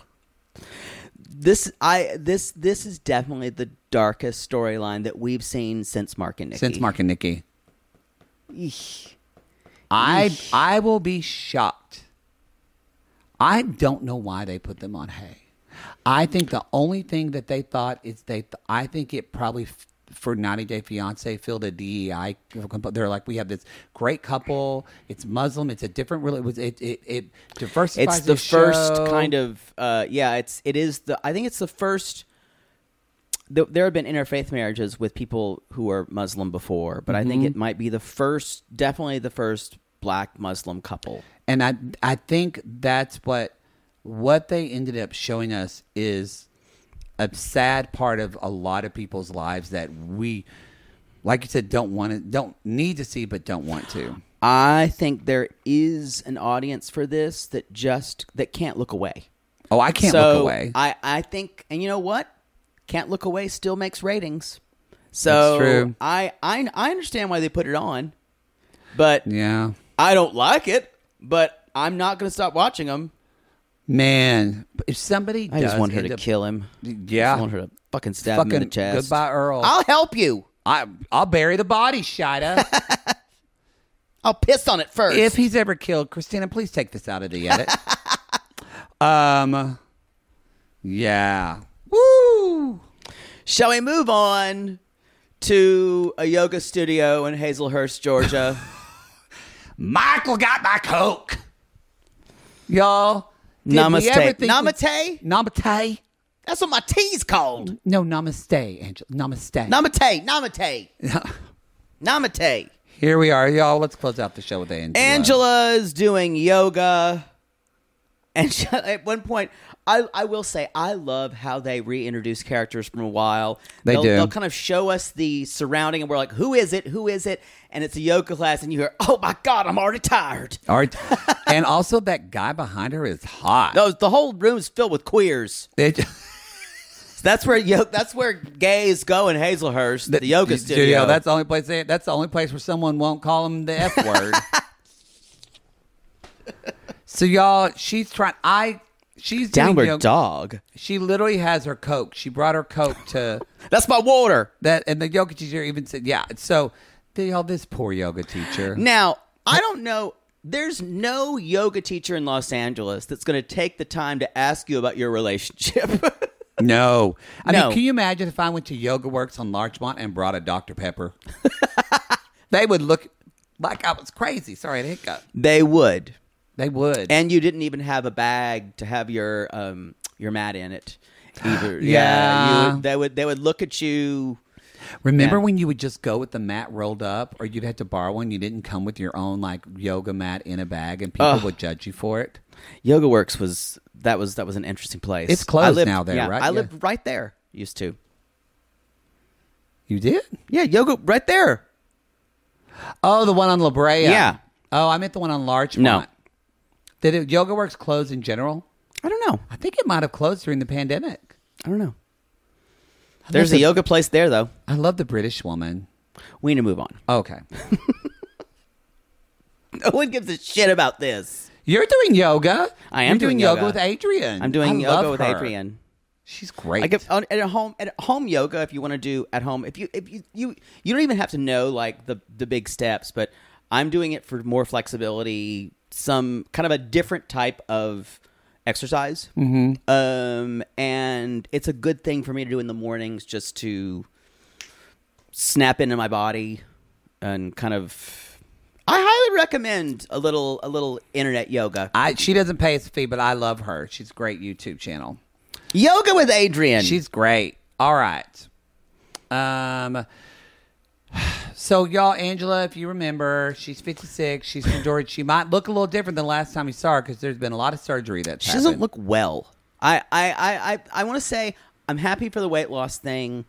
Speaker 3: This I this this is definitely the darkest storyline that we've seen since Mark and Nikki.
Speaker 2: Since Mark and Nikki, I I will be shocked. I don't know why they put them on hay. I think the only thing that they thought is they. Th- I think it probably f- for 90 Day Fiance filled a DEI. comp- They're like, we have this great couple. It's Muslim. It's a different. Really, it was it it, it diversifies.
Speaker 3: it's the first
Speaker 2: show.
Speaker 3: kind of uh, yeah it's it is the i think it's the first th- there have been interfaith marriages with people who are muslim before but i think
Speaker 2: Mm-hmm.
Speaker 3: it might be the first definitely the first black muslim couple
Speaker 2: and I I think that's what what they ended up showing us is a sad part of a lot of people's lives that we like you said don't want to don't need to see but don't want to.
Speaker 3: i think there is an audience for this that just that can't look away
Speaker 2: Oh, I can't
Speaker 3: so
Speaker 2: look away.
Speaker 3: I, I think, and you know what? Can't look away still makes ratings.
Speaker 2: That's
Speaker 3: So
Speaker 2: true.
Speaker 3: I, I I understand why they put it on, but
Speaker 2: yeah.
Speaker 3: I don't like it. But I'm not going to stop watching them.
Speaker 2: Man, if somebody
Speaker 3: I just
Speaker 2: does
Speaker 3: want her
Speaker 2: end
Speaker 3: to
Speaker 2: up-
Speaker 3: kill him.
Speaker 2: Yeah.
Speaker 3: I just want her to fucking stab him in the
Speaker 2: Fucking
Speaker 3: chest.
Speaker 2: goodbye, Earl.
Speaker 3: I'll help you.
Speaker 2: I I'll bury the body, Shida.
Speaker 3: I'll piss on it first.
Speaker 2: if he's ever killed, Christina, please take this out of the edit. (laughs) um yeah. Woo!
Speaker 3: Shall we move on to a yoga studio in Hazelhurst, Georgia?
Speaker 2: Michael got my coke. Y'all. did we ever
Speaker 3: Namaste.
Speaker 2: think
Speaker 3: Namaste.
Speaker 2: we- Namaste.
Speaker 3: (laughs) That's what my tea's called.
Speaker 2: No, namaste, Angel. Namaste.
Speaker 3: Namate,
Speaker 2: (laughs)
Speaker 3: namate. namate.
Speaker 2: Here we are, y'all. Let's close out the show with Angela.
Speaker 3: Angela's doing yoga. And (laughs) she- at one point, I, I will say, I love how they reintroduce characters from a while.
Speaker 2: They
Speaker 3: will
Speaker 2: do.
Speaker 3: They'll kind of show us the surrounding, and we're like, who is it? Who is it? And it's a yoga class, and you hear, oh my God, I'm already tired.
Speaker 2: All right. and also, that guy behind her is hot.
Speaker 3: Those, the whole room's filled with queers.
Speaker 2: They ju-
Speaker 3: That's where yo- that's where gays go in Hazelhurst, the, yoga studio.
Speaker 2: That's the only place. They, that's the only place where someone won't call him the f word.
Speaker 3: (laughs)
Speaker 2: so y'all, she's trying. I. She's doing
Speaker 3: downward
Speaker 2: yoga-
Speaker 3: dog.
Speaker 2: She literally has her coke. She brought her coke to
Speaker 3: That's my water.
Speaker 2: That and the yoga teacher even said, yeah. So they all this poor yoga teacher.
Speaker 3: Now, I don't know. There's no yoga teacher in Los Angeles that's going to take the time to ask you about your relationship. (laughs)
Speaker 2: No, I
Speaker 3: No.
Speaker 2: mean, can you imagine if I went to Yoga Works on Larchmont and brought a Dr Pepper? (laughs) they would look like I was crazy. Sorry, the hiccup.
Speaker 3: they would.
Speaker 2: They would.
Speaker 3: And you didn't even have a bag to have your um your mat in (gasps) it either.
Speaker 2: Yeah.
Speaker 3: you would- they would they would look at you.
Speaker 2: Remember
Speaker 3: Yeah.
Speaker 2: when you would just go with the mat rolled up, or you'd have to borrow one? You didn't come with your own like yoga mat in a bag, and people would judge you for it.
Speaker 3: Yoga Works was that was that was an interesting place.
Speaker 2: It's closed
Speaker 3: I lived-
Speaker 2: now there,
Speaker 3: yeah,
Speaker 2: right?
Speaker 3: I
Speaker 2: Yeah.
Speaker 3: lived right there. Used to.
Speaker 2: You did?
Speaker 3: Yeah, yoga right there.
Speaker 2: Oh, the one on La Brea.
Speaker 3: Yeah.
Speaker 2: Oh, I meant the one on Larchmont.
Speaker 3: No.
Speaker 2: Did it, Yoga Works close in general?
Speaker 3: I don't know.
Speaker 2: I think it might have closed during the pandemic.
Speaker 3: I don't know. There's a yoga place there though.
Speaker 2: I love the British woman.
Speaker 3: We need to move on.
Speaker 2: Okay.
Speaker 3: (laughs) No one gives a shit about this.
Speaker 2: You're doing yoga.
Speaker 3: I am
Speaker 2: You're doing,
Speaker 3: doing
Speaker 2: yoga.
Speaker 3: yoga.
Speaker 2: with Adrian.
Speaker 3: I'm doing
Speaker 2: I
Speaker 3: yoga
Speaker 2: love
Speaker 3: with
Speaker 2: her.
Speaker 3: Adrian.
Speaker 2: She's great.
Speaker 3: I give on, at a home at home yoga if you want to do at home. If you if you, you you don't even have to know like the the big steps, but I'm doing it for more flexibility, some kind of a different type of exercise. Mm-hmm. Um, and it's a good thing for me to do in the mornings just to snap into my body and kind of. I highly recommend a little a little internet yoga.
Speaker 2: I, she doesn't pay us a fee, but I love her. She's a great YouTube channel.
Speaker 3: Yoga with Adrian.
Speaker 2: She's great. All right. Um. So y'all, Angela, if you remember, she's 56. She's from Georgia. She might look a little different than last time we saw her because there's been a lot of surgery that's
Speaker 3: She doesn't
Speaker 2: happened.
Speaker 3: look well. I I I I, I want to say I'm happy for the weight loss thing.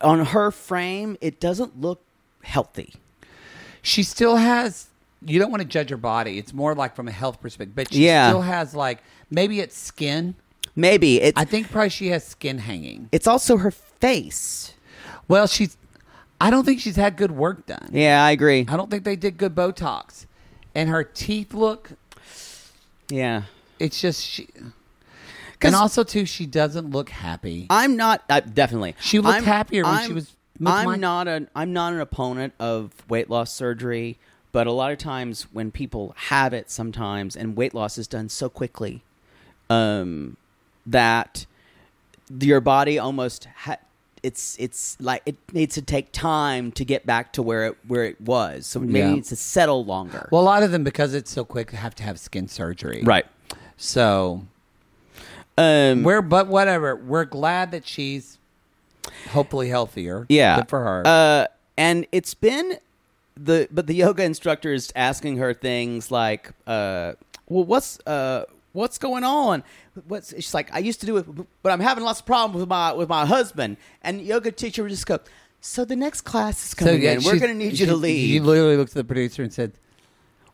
Speaker 3: On her frame, it doesn't look healthy.
Speaker 2: She still has. You don't want to judge her body. It's more like from a health perspective. But she
Speaker 3: Yeah.
Speaker 2: still has like maybe it's skin.
Speaker 3: Maybe it's
Speaker 2: I think probably she has skin hanging.
Speaker 3: it's also her face.
Speaker 2: Well, she's. I don't think she's had good work done.
Speaker 3: Yeah, I agree.
Speaker 2: I don't think they did good Botox, and her teeth look.
Speaker 3: Yeah,
Speaker 2: It's just she.
Speaker 3: 'Cause-
Speaker 2: And also too, she doesn't look happy.
Speaker 3: I'm not I, definitely.
Speaker 2: She looked
Speaker 3: I'm-
Speaker 2: happier when she
Speaker 3: I'm-
Speaker 2: was with
Speaker 3: I'm
Speaker 2: my-
Speaker 3: not an I'm not an opponent of weight loss surgery, but a lot of times when people have it, sometimes and weight loss is done so quickly, um, that your body almost ha- it's it's like it needs to take time to get back to where it where it was. So maybe
Speaker 2: Yeah.
Speaker 3: it needs to settle longer.
Speaker 2: well, a lot of them because it's so quick have to have skin surgery. So
Speaker 3: Um,
Speaker 2: we're but whatever. We're glad that she's hopefully healthier.
Speaker 3: Yeah,
Speaker 2: Good for her.
Speaker 3: Uh, and it's been the but the yoga instructor is asking her things like, uh, "Well, what's uh, what's going on?" What's she's like? I used to do it, but I'm having lots of problems with my with my husband. And yoga teacher would just go. So the next class is
Speaker 2: So,
Speaker 3: coming
Speaker 2: yeah,
Speaker 3: in. We're
Speaker 2: she's-
Speaker 3: going to need
Speaker 2: she-
Speaker 3: you to
Speaker 2: She
Speaker 3: leave.
Speaker 2: literally looked at the producer and said,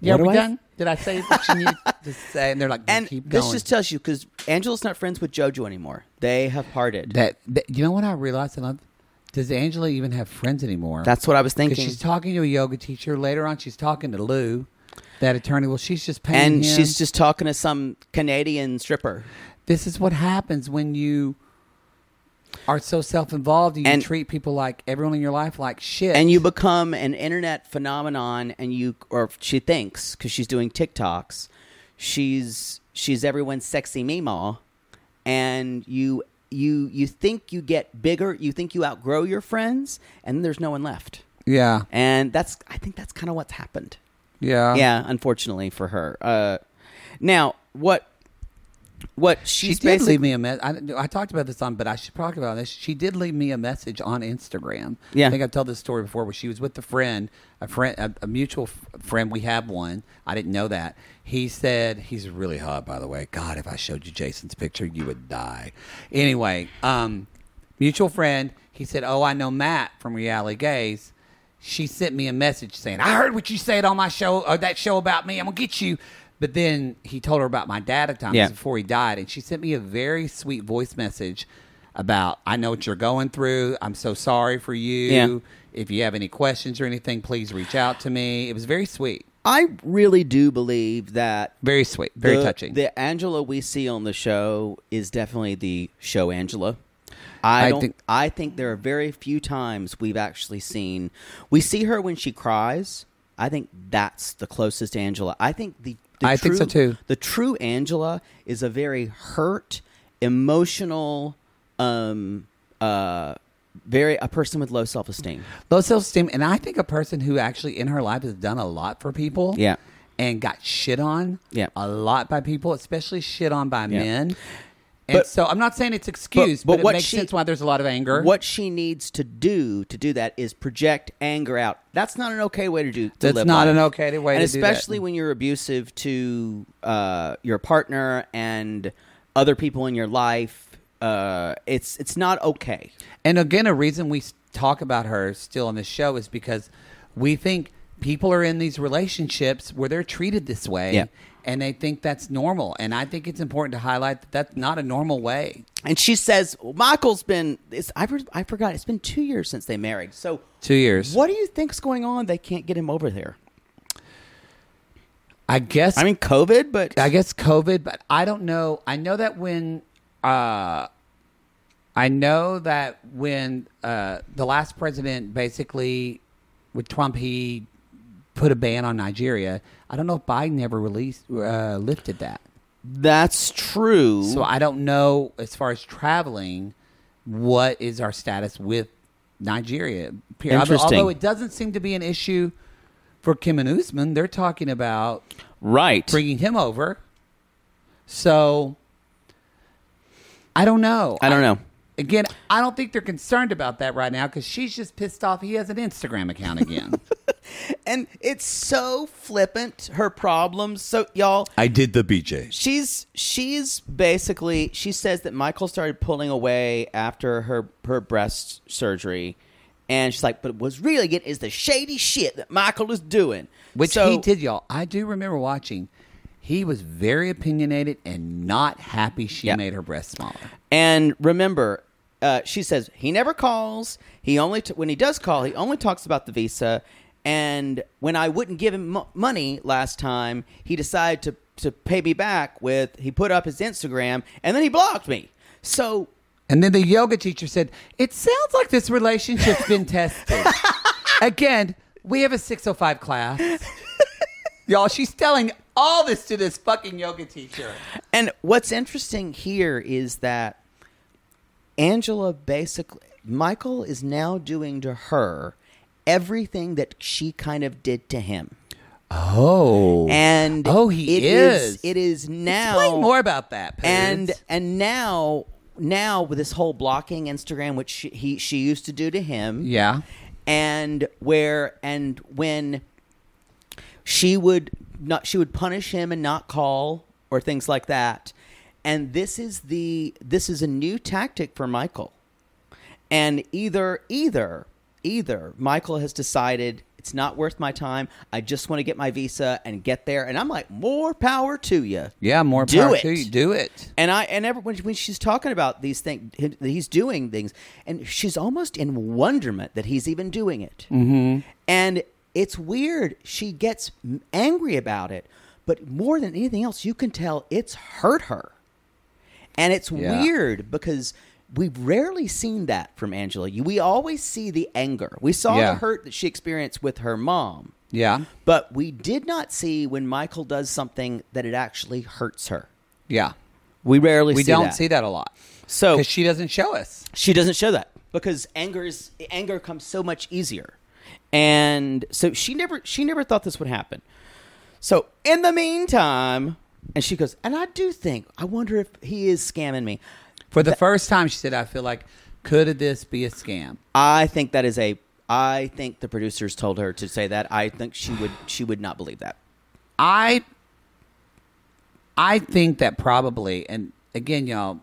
Speaker 2: "Yeah,
Speaker 3: What
Speaker 2: we
Speaker 3: do I-
Speaker 2: done? Did I say what she needed to say?" And they're like,
Speaker 3: and
Speaker 2: "Keep
Speaker 3: this
Speaker 2: going."
Speaker 3: just tells you because Angela's not friends with JoJo anymore. They have parted.
Speaker 2: that, that- you know what I realized? And I, does Angela even have friends anymore?
Speaker 3: That's what I was
Speaker 2: 'Cause
Speaker 3: thinking.
Speaker 2: She's talking to a yoga teacher. Later on, she's talking to Lou, that attorney. Well, she's just paying
Speaker 3: and
Speaker 2: him.
Speaker 3: she's just talking to some Canadian stripper.
Speaker 2: This is what happens when you are so self-involved. You
Speaker 3: And-
Speaker 2: treat people like everyone in your life like shit.
Speaker 3: and you become an internet phenomenon and you or she thinks because she's doing tiktoks she's she's everyone's sexy mima and you you you think you get bigger you think you outgrow your friends and there's no one left
Speaker 2: yeah,
Speaker 3: and that's i think that's kind of what's happened
Speaker 2: yeah,
Speaker 3: yeah unfortunately for her uh now what what
Speaker 2: She
Speaker 3: she's
Speaker 2: did
Speaker 3: basically
Speaker 2: leave me a message. I talked about this on, but I should talk about this. She did leave me a message on Instagram.
Speaker 3: Yeah.
Speaker 2: I think I've told this story before, where she was with a friend, a friend, a, a mutual f- friend. We have one. I didn't know that. He said he's really hot, by the way. God, if I showed you Jason's picture, you would die. Anyway, um, mutual friend. He said, "Oh, I know Matt from Reality Gaze." She sent me a message saying, "I heard what you said on my show or that show about me. I'm gonna get you." But then he told her about my dad at the time. It
Speaker 3: Yeah.
Speaker 2: was before before he died, and she sent me a very sweet voice message about I know what you're going through. I'm so sorry for you.
Speaker 3: Yeah.
Speaker 2: If you have any questions or anything, please reach out to me. It was very sweet,
Speaker 3: i really do believe that
Speaker 2: very sweet, very
Speaker 3: the,
Speaker 2: touching.
Speaker 3: The Angela we see on the show is definitely the show Angela. I,
Speaker 2: I
Speaker 3: don't.
Speaker 2: think-
Speaker 3: I think there are very few times we've actually seen. We see her when she cries. I think that's the closest Angela. I think the. the
Speaker 2: I think so,
Speaker 3: true-
Speaker 2: too.
Speaker 3: The true Angela is a very hurt, emotional, um, uh, very a person with low self esteem.
Speaker 2: Low self esteem, and I think a person who actually in her life has done a lot for people.
Speaker 3: Yeah.
Speaker 2: And got shit on
Speaker 3: Yeah.
Speaker 2: a lot by people, especially shit on by men. And
Speaker 3: But-
Speaker 2: so I'm not saying it's excused, but,
Speaker 3: but what
Speaker 2: it makes
Speaker 3: she-
Speaker 2: sense why there's a lot of anger.
Speaker 3: What she needs to do to do that is project anger out. That's not an okay way to do. To
Speaker 2: That's
Speaker 3: live
Speaker 2: not
Speaker 3: life.
Speaker 2: an okay way
Speaker 3: and
Speaker 2: to do that.
Speaker 3: especially when you're abusive to uh, your partner and other people in your life. uh, it's it's not okay.
Speaker 2: And again, a reason we s- talk about her still on this show is because we think people are in these relationships where they're treated this way.
Speaker 3: Yeah.
Speaker 2: And they think that's normal. And I think it's important to highlight that that's not a normal way.
Speaker 3: And she says Michael's been. It's, I re- I forgot. It's been two years since they married. So
Speaker 2: Two years.
Speaker 3: What do you think's going on? They can't get him over there.
Speaker 2: I guess.
Speaker 3: I mean, COVID, but
Speaker 2: I guess COVID, but I don't know. I know that when, uh, I know that when uh, the last president basically, with Trump, he put a ban on Nigeria. I don't know if Biden ever released, uh, lifted that.
Speaker 3: That's true.
Speaker 2: So I don't know as far as traveling, what is our status with Nigeria? Period. Although-
Speaker 3: Interesting.
Speaker 2: Although it doesn't seem to be an issue for Kim and Usman, they're talking about
Speaker 3: right.
Speaker 2: bringing him over. So I don't know.
Speaker 3: I don't know.
Speaker 2: Again, I don't think they're concerned about that right now because she's just pissed off he has an Instagram account
Speaker 3: (laughs)
Speaker 2: again.
Speaker 3: And it's so flippant. Her problems. So y'all,
Speaker 8: I did the BJ.
Speaker 3: she's she's basically she says that Michael started pulling away after her her breast surgery, and she's like, "But what's really good is the shady shit that Michael is doing."
Speaker 2: Which
Speaker 3: So-
Speaker 2: he did, y'all. I do remember watching. He was very opinionated and not happy she
Speaker 3: Yeah.
Speaker 2: made her breast smaller.
Speaker 3: And remember, uh, she says he never calls. He only t- when he does call, he only talks about the visa. And when I wouldn't give him mo- money last time, he decided to to pay me back with he put up his Instagram and then he blocked me. So
Speaker 2: And then the yoga teacher said, It sounds like this relationship's been
Speaker 3: (laughs)
Speaker 2: tested. Again, we have a 605 class. Y'all, she's telling all this to this fucking yoga teacher.
Speaker 3: And what's interesting here is that Angela basically, Michael is now doing to her everything that she kind of did to him.
Speaker 2: Oh.
Speaker 3: And
Speaker 2: Oh, he
Speaker 3: it
Speaker 2: is.
Speaker 3: It is now.
Speaker 2: Explain more about that, Poods.
Speaker 3: and and now now with this whole blocking Instagram, which she, he she used to do to him,
Speaker 2: Yeah.
Speaker 3: and where and when she would not she would punish him and not call or things like that and this is the this is a new tactic for michael and either either either michael has decided it's not worth my time i just want to get my visa and get there and i'm like more power to you
Speaker 2: Yeah, more
Speaker 3: Do
Speaker 2: power
Speaker 3: it.
Speaker 2: to you. Do it.
Speaker 3: and I and everyone when she's talking about these things, he's doing things, and she's almost in wonderment that he's even doing it. Mm-hmm. And it's weird. She gets m- angry about it, but more than anything else, you can tell it's hurt her, and it's
Speaker 2: Yeah.
Speaker 3: weird because we've rarely seen that from Angela. You- We always see the anger. We saw
Speaker 2: Yeah.
Speaker 3: the hurt that she experienced with her mom.
Speaker 2: Yeah.
Speaker 3: But we did not see when Michael does something that it actually hurts her.
Speaker 2: Yeah.
Speaker 3: We rarely
Speaker 2: We
Speaker 3: see
Speaker 2: don't
Speaker 3: that. Oh.
Speaker 2: see that a lot.
Speaker 3: So-
Speaker 2: because she doesn't show us.
Speaker 3: she doesn't show that because anger is anger comes so much easier and so she never she never thought this would happen so in the meantime and she goes and i do think i wonder if he is scamming me
Speaker 2: For the first time, she said, I feel like, could this be a scam?
Speaker 3: i think that is a i think the producers told her to say that i think she would she would not believe that
Speaker 2: I I think that probably and again, y'all,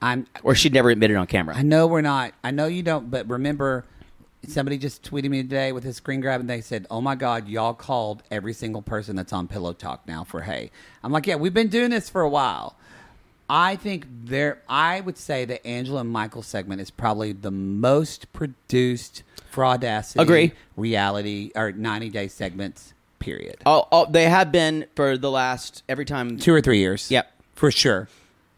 Speaker 2: I'm
Speaker 3: or she'd never admit it on camera
Speaker 2: I know we're not I know you don't, but remember somebody just tweeted me today with a screen grab and they said, Oh my god, y'all called every single person that's on Pillow Talk now for hey. I'm like, Yeah, we've been doing this for a while. I think there I would say the Angela and Michael segment is probably the most produced fraudacity
Speaker 3: Agree.
Speaker 2: reality or ninety day segments, period.
Speaker 3: oh, oh they have been for the last every time
Speaker 2: two or three years.
Speaker 3: Yep.
Speaker 2: for sure,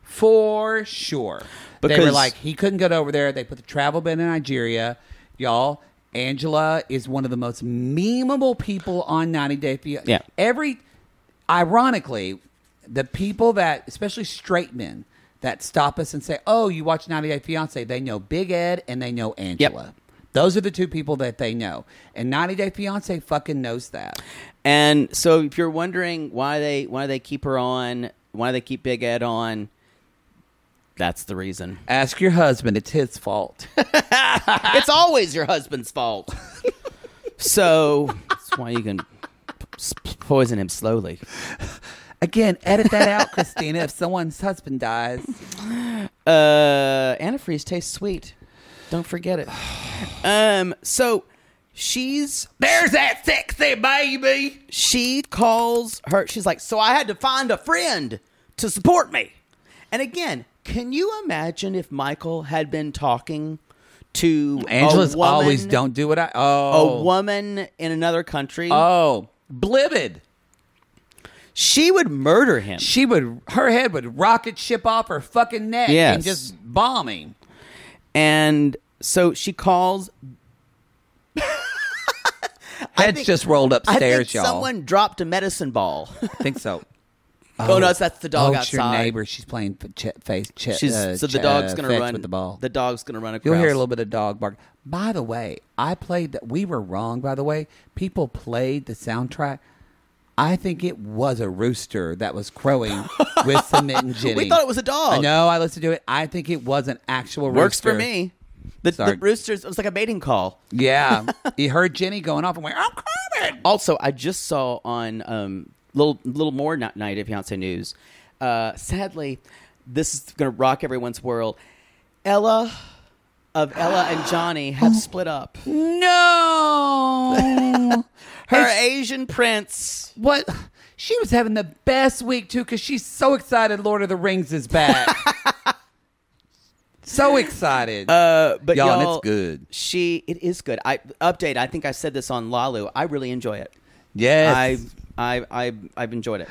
Speaker 2: for sure. they were
Speaker 3: Because-
Speaker 2: like he couldn't get over there. They put the travel ban in Nigeria, y'all. Angela is one of the most memeable people on 90 Day Fiancé.
Speaker 3: Yeah.
Speaker 2: Every, ironically, the people that, especially straight men, that stop us and say, "Oh, you watch 90 Day Fiancé," E, they know Big Ed and they know Angela. Those are the two people that they know, and 90 Day Fiancé E fucking knows that.
Speaker 3: And so, if you're wondering why they why they keep her on, why they keep Big Ed on, that's the reason.
Speaker 2: Ask your husband; it's his fault.
Speaker 3: (laughs)
Speaker 2: (laughs)
Speaker 3: it's always your husband's fault. so that's why you can s- poison him slowly.
Speaker 2: Again, edit that out, Christina, if someone's husband dies.
Speaker 3: Uh, antifreeze tastes sweet. Don't forget it. (sighs) um, so she's there's that sexy baby. She calls her. She's like, so I had to find a friend to support me. And again, can you imagine if Michael had been talking to a
Speaker 2: Angela's
Speaker 3: woman-
Speaker 2: always don't do what I. Oh,
Speaker 3: a woman in another country?
Speaker 2: Oh, blivid.
Speaker 3: She would murder him.
Speaker 2: She would. Her head would rocket ship off her fucking neck and
Speaker 3: Yes.
Speaker 2: just bomb him.
Speaker 3: And so she calls.
Speaker 2: Heads just rolled upstairs,
Speaker 3: I think
Speaker 2: y'all.
Speaker 3: someone dropped a medicine (laughs) ball.
Speaker 2: I think (laughs) so.
Speaker 3: Oh, no, that's the dog
Speaker 2: oh, it's
Speaker 3: outside.
Speaker 2: your neighbor. She's playing f- ch- face. Ch-
Speaker 3: She's,
Speaker 2: uh,
Speaker 3: so the
Speaker 2: ch-
Speaker 3: dog's
Speaker 2: uh,
Speaker 3: gonna
Speaker 2: fetch
Speaker 3: run
Speaker 2: with the ball.
Speaker 3: The dog's gonna run across.
Speaker 2: You'll hear a little bit of dog bark. By the way, I played that. We were wrong. By the way, people played the soundtrack. I think it was a rooster that
Speaker 3: (laughs)
Speaker 2: was crowing with some and
Speaker 3: We
Speaker 2: Jenny.
Speaker 3: thought it was a dog.
Speaker 2: I know. I listened to it. I think it was an actual rooster.
Speaker 3: Works for me. The,
Speaker 2: Sorry.
Speaker 3: the roosters. It was like a baiting call. (laughs)
Speaker 2: Yeah, he heard Jenny going off and went, "I'm coming."
Speaker 3: Also, I just saw on um, little little more Night- night of Fiance News. Uh, sadly, this is gonna rock everyone's world. Ella of Ella and Johnny have split up.
Speaker 2: No.
Speaker 3: Her Asian prince.
Speaker 2: (laughs) What? She was having the best week too because she's so excited. Lord of the Rings is
Speaker 3: (laughs)
Speaker 2: back. so excited.
Speaker 3: Uh, but
Speaker 2: Y'all,
Speaker 3: y'all,
Speaker 2: and it's good.
Speaker 3: She, it is good. I update. I think I said this on Lalu. I really enjoy it.
Speaker 2: Yes.
Speaker 3: I, I, I, I've enjoyed it.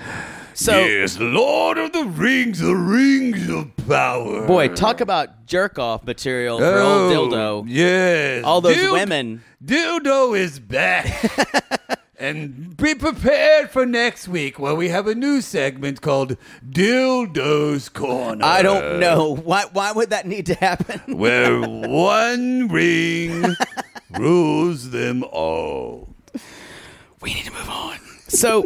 Speaker 3: So,
Speaker 8: Lord of the Rings, the Rings of Power.
Speaker 3: boy, talk about jerk off material for
Speaker 2: Oh,
Speaker 3: old dildo.
Speaker 8: Yes.
Speaker 3: All those
Speaker 8: Dild-
Speaker 3: women.
Speaker 8: Dildo is
Speaker 3: (laughs)
Speaker 8: back. and be prepared for next week where we have a new segment called Dildo's Corner.
Speaker 3: I don't know why. Why would that need to
Speaker 2: (laughs)
Speaker 3: happen?
Speaker 8: Where
Speaker 3: (laughs)
Speaker 8: one ring rules them all.
Speaker 3: we need to move on. So,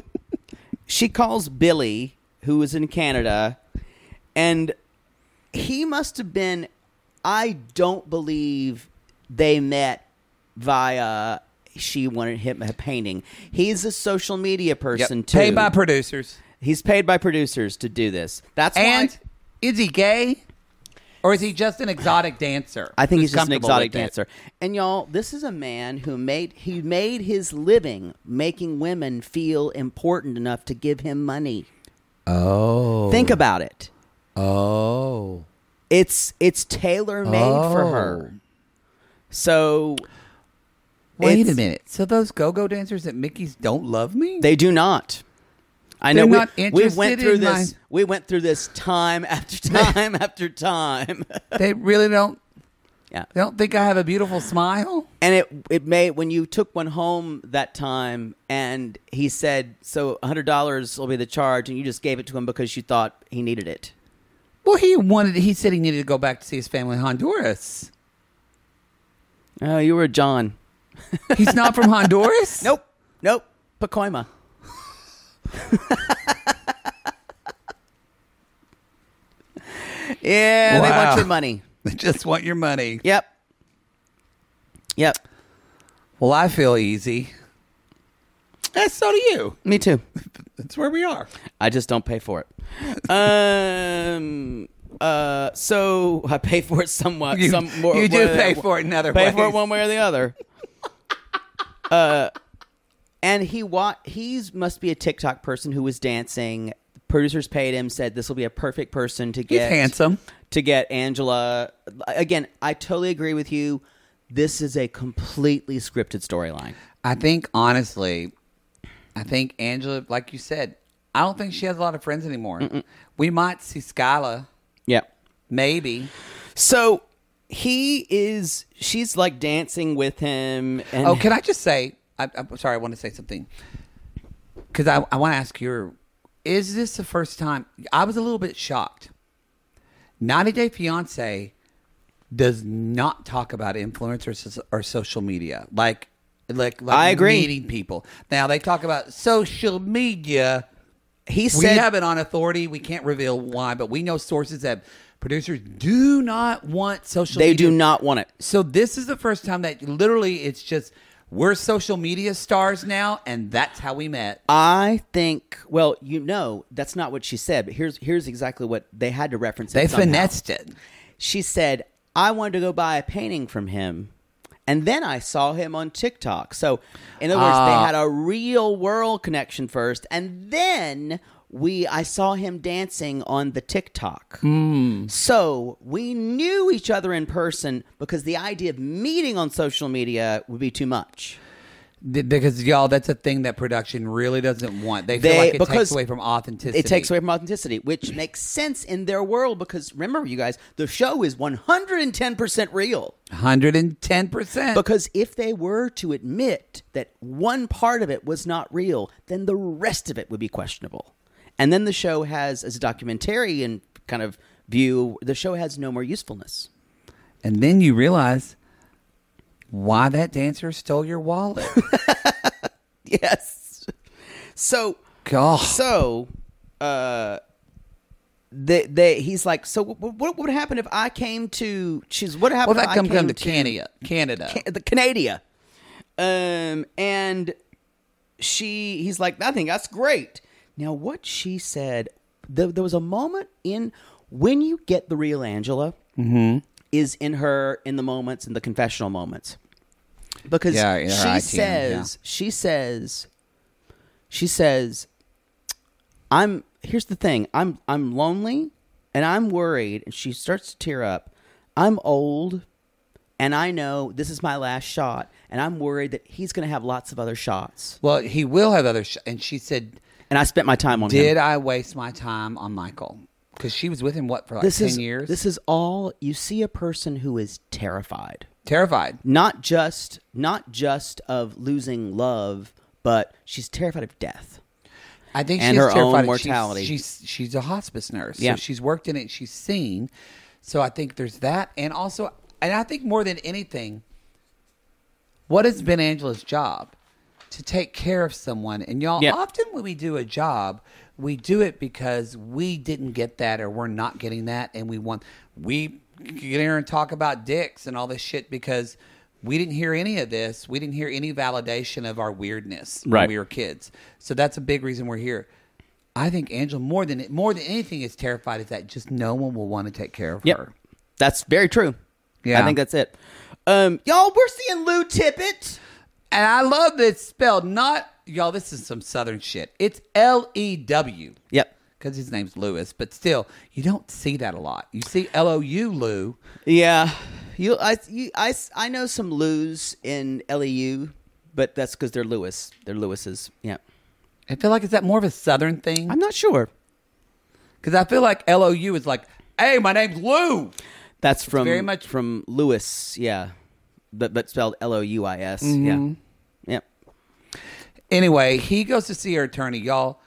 Speaker 3: she calls Billy, who is in Canada, and he must have been. I don't believe they met via. She wanted him a painting. He's a social media person too.
Speaker 2: Paid by producers.
Speaker 3: He's paid by producers to do this. That's
Speaker 2: And
Speaker 3: why
Speaker 2: is he gay, or is he just an exotic dancer?
Speaker 3: I think he's
Speaker 2: who's
Speaker 3: just an
Speaker 2: comfortable
Speaker 3: exotic
Speaker 2: with it?
Speaker 3: dancer. And y'all, this is a man who made he made his living making women feel important enough to give him money.
Speaker 2: Oh.
Speaker 3: Think about it.
Speaker 2: Oh.
Speaker 3: It's it's tailor made for her. So
Speaker 2: Wait a
Speaker 3: It's-
Speaker 2: minute. So those go-go dancers at Mickey's don't love me?
Speaker 3: They do not. I
Speaker 2: They're
Speaker 3: know
Speaker 2: not
Speaker 3: we, we
Speaker 2: interested
Speaker 3: went through
Speaker 2: in
Speaker 3: this.
Speaker 2: my-
Speaker 3: We went through this time (laughs)
Speaker 2: (laughs)
Speaker 3: after time after time.
Speaker 2: they really don't.
Speaker 3: Yeah.
Speaker 2: They don't think I have a beautiful smile.
Speaker 3: And it it made when you took one home that time, and he said, "So hundred dollars will be the charge," and you just gave it to him because you thought he needed it.
Speaker 2: Well, he wanted. He said he needed to go back to see his family in Honduras.
Speaker 3: Oh, you were John.
Speaker 2: He's not from (laughs) Honduras.
Speaker 3: Nope, nope, Pacoima. (laughs) yeah, they
Speaker 2: Wow.
Speaker 3: want your money.
Speaker 2: They just want your money.
Speaker 3: Yep, yep.
Speaker 2: Well, I feel easy. And Eh, so do you.
Speaker 3: Me too.
Speaker 2: That's where we are.
Speaker 3: I just don't pay for it. Um. Uh. So (laughs) I pay for it somewhat.
Speaker 2: You-
Speaker 3: some more.
Speaker 2: you do
Speaker 3: one-
Speaker 2: pay for it in other
Speaker 3: Pay for
Speaker 2: ways.
Speaker 3: it one way or the
Speaker 2: (laughs)
Speaker 3: other. uh. And he wa- he's must be a TikTok person who was dancing. Producers paid him. Said this will be a perfect person to
Speaker 2: He's
Speaker 3: get
Speaker 2: handsome.
Speaker 3: to get Angela. Again, I totally agree with you. This is a completely scripted storyline.
Speaker 2: I think honestly, I think Angela, like you said, I don't think she has a lot of friends anymore. We might see Skyla,
Speaker 3: Yep.
Speaker 2: maybe.
Speaker 3: So he is. She's like dancing with him. And
Speaker 2: Oh, can I just say? I, I'm sorry, I want to say something because I, I want to ask your. Is this the first time? I was a little bit shocked. 90 Day Fiance does not talk about influencers or social media like like, like
Speaker 3: I agree.
Speaker 2: meeting people. Now they talk about social media.
Speaker 3: He
Speaker 2: we
Speaker 3: said.
Speaker 2: have it on authority. We can't reveal why, but we know sources that producers do not want social.
Speaker 3: they
Speaker 2: media
Speaker 3: do not want it.
Speaker 2: so this is the first time that literally it's just We're social media stars now, and that's how we met.
Speaker 3: I think. Well, you know, that's not what she said. But here's here's exactly what they had to reference.
Speaker 2: They
Speaker 3: it somehow.
Speaker 2: finessed it.
Speaker 3: She said, "I wanted to go buy a painting from him." And then I saw him on TikTok. So, in other words, they
Speaker 2: Ah.
Speaker 3: had a real world connection first, and then we I saw him dancing on the TikTok.
Speaker 2: Hmm.
Speaker 3: So we knew each other in person because the idea of meeting on social media would be too much.
Speaker 2: D- Because y'all, that's a thing that production really doesn't want. They feel
Speaker 3: They-
Speaker 2: like it
Speaker 3: because
Speaker 2: takes away from authenticity.
Speaker 3: It takes away from authenticity, which makes sense in their world because remember, you guys, the show is 110% real.
Speaker 2: 110%.
Speaker 3: Because if they were to admit that one part of it was not real, then the rest of it would be questionable. And then the show has, as a documentary and kind of view, the show has no more usefulness. (laughs)
Speaker 2: And then you realize why that dancer stole
Speaker 3: (laughs)
Speaker 2: your wallet.
Speaker 3: yes. So
Speaker 2: God.
Speaker 3: So uh they, they, he's like, so what, what would happen if I came to? She's what
Speaker 2: well,
Speaker 3: happened?
Speaker 2: that
Speaker 3: if
Speaker 2: comes
Speaker 3: I came
Speaker 2: down to Canada. Canada.
Speaker 3: Ca- the Canada. Um, and she, he's like, I think that's great. Now, what she said, there, there was a moment in when you get the real Angela
Speaker 2: Mm-hmm.
Speaker 3: is in her in the moments in the confessional moments because
Speaker 2: Yeah, in her
Speaker 3: she
Speaker 2: ITM,
Speaker 3: says she says she says I'm here's the thing I'm I'm lonely and I'm worried and she starts to tear up I'm old and I know this is my last shot and I'm worried that he's going to have lots of other shots
Speaker 2: Well, he will have other. Sh- and she said,
Speaker 3: and I spent my time on him.
Speaker 2: Did I waste my time on Michael? Because she was with him, what, for like
Speaker 3: this
Speaker 2: 10
Speaker 3: is
Speaker 2: years?
Speaker 3: this is all you see a person who is terrified
Speaker 2: terrified.
Speaker 3: not just not just of losing love, but she's terrified of death.
Speaker 2: I think
Speaker 3: and
Speaker 2: she's
Speaker 3: her
Speaker 2: terrified.
Speaker 3: own
Speaker 2: She's-
Speaker 3: mortality.
Speaker 2: She's, she's a hospice nurse.
Speaker 3: Yeah.
Speaker 2: So she's worked in it. She's seen. So I think there's that, and also, and I think more than anything, what has been Angela's job to take care of someone? And y'all,
Speaker 3: Yeah.
Speaker 2: often when we do a job, we do it because we didn't get that, or we're not getting that, and we want we get here and talk about dicks and all this shit because. We didn't hear any of this. We didn't hear any validation of our weirdness when
Speaker 6: Right.
Speaker 2: we were kids. So that's a big reason we're here. I think Angela more than more than anything is terrified is that just no one will want to take care of her.
Speaker 3: That's very true.
Speaker 2: Yeah.
Speaker 3: I think that's it. Um, y'all, we're seeing Lou Tippett,
Speaker 2: and I love that it's spelled not y'all. This is some Southern shit. It's L E W.
Speaker 3: Yep,
Speaker 2: because his name's Lewis. But still, you don't see that a lot. You see L O U Lou.
Speaker 3: Yeah, you I you, I s- I know some Lou's in LEU, but that's because they're Lewis. They're Lewis's. Yeah,
Speaker 2: I feel like is that more of a Southern thing? I'm
Speaker 3: not sure
Speaker 2: because I feel like L O U is like, hey, my name's Lou.
Speaker 3: that's from
Speaker 2: very much-
Speaker 3: from Lewis. Yeah, but but spelled L O U I S. Yeah,
Speaker 2: Mhm.
Speaker 3: yep.
Speaker 2: Anyway, he goes to see her attorney, y'all.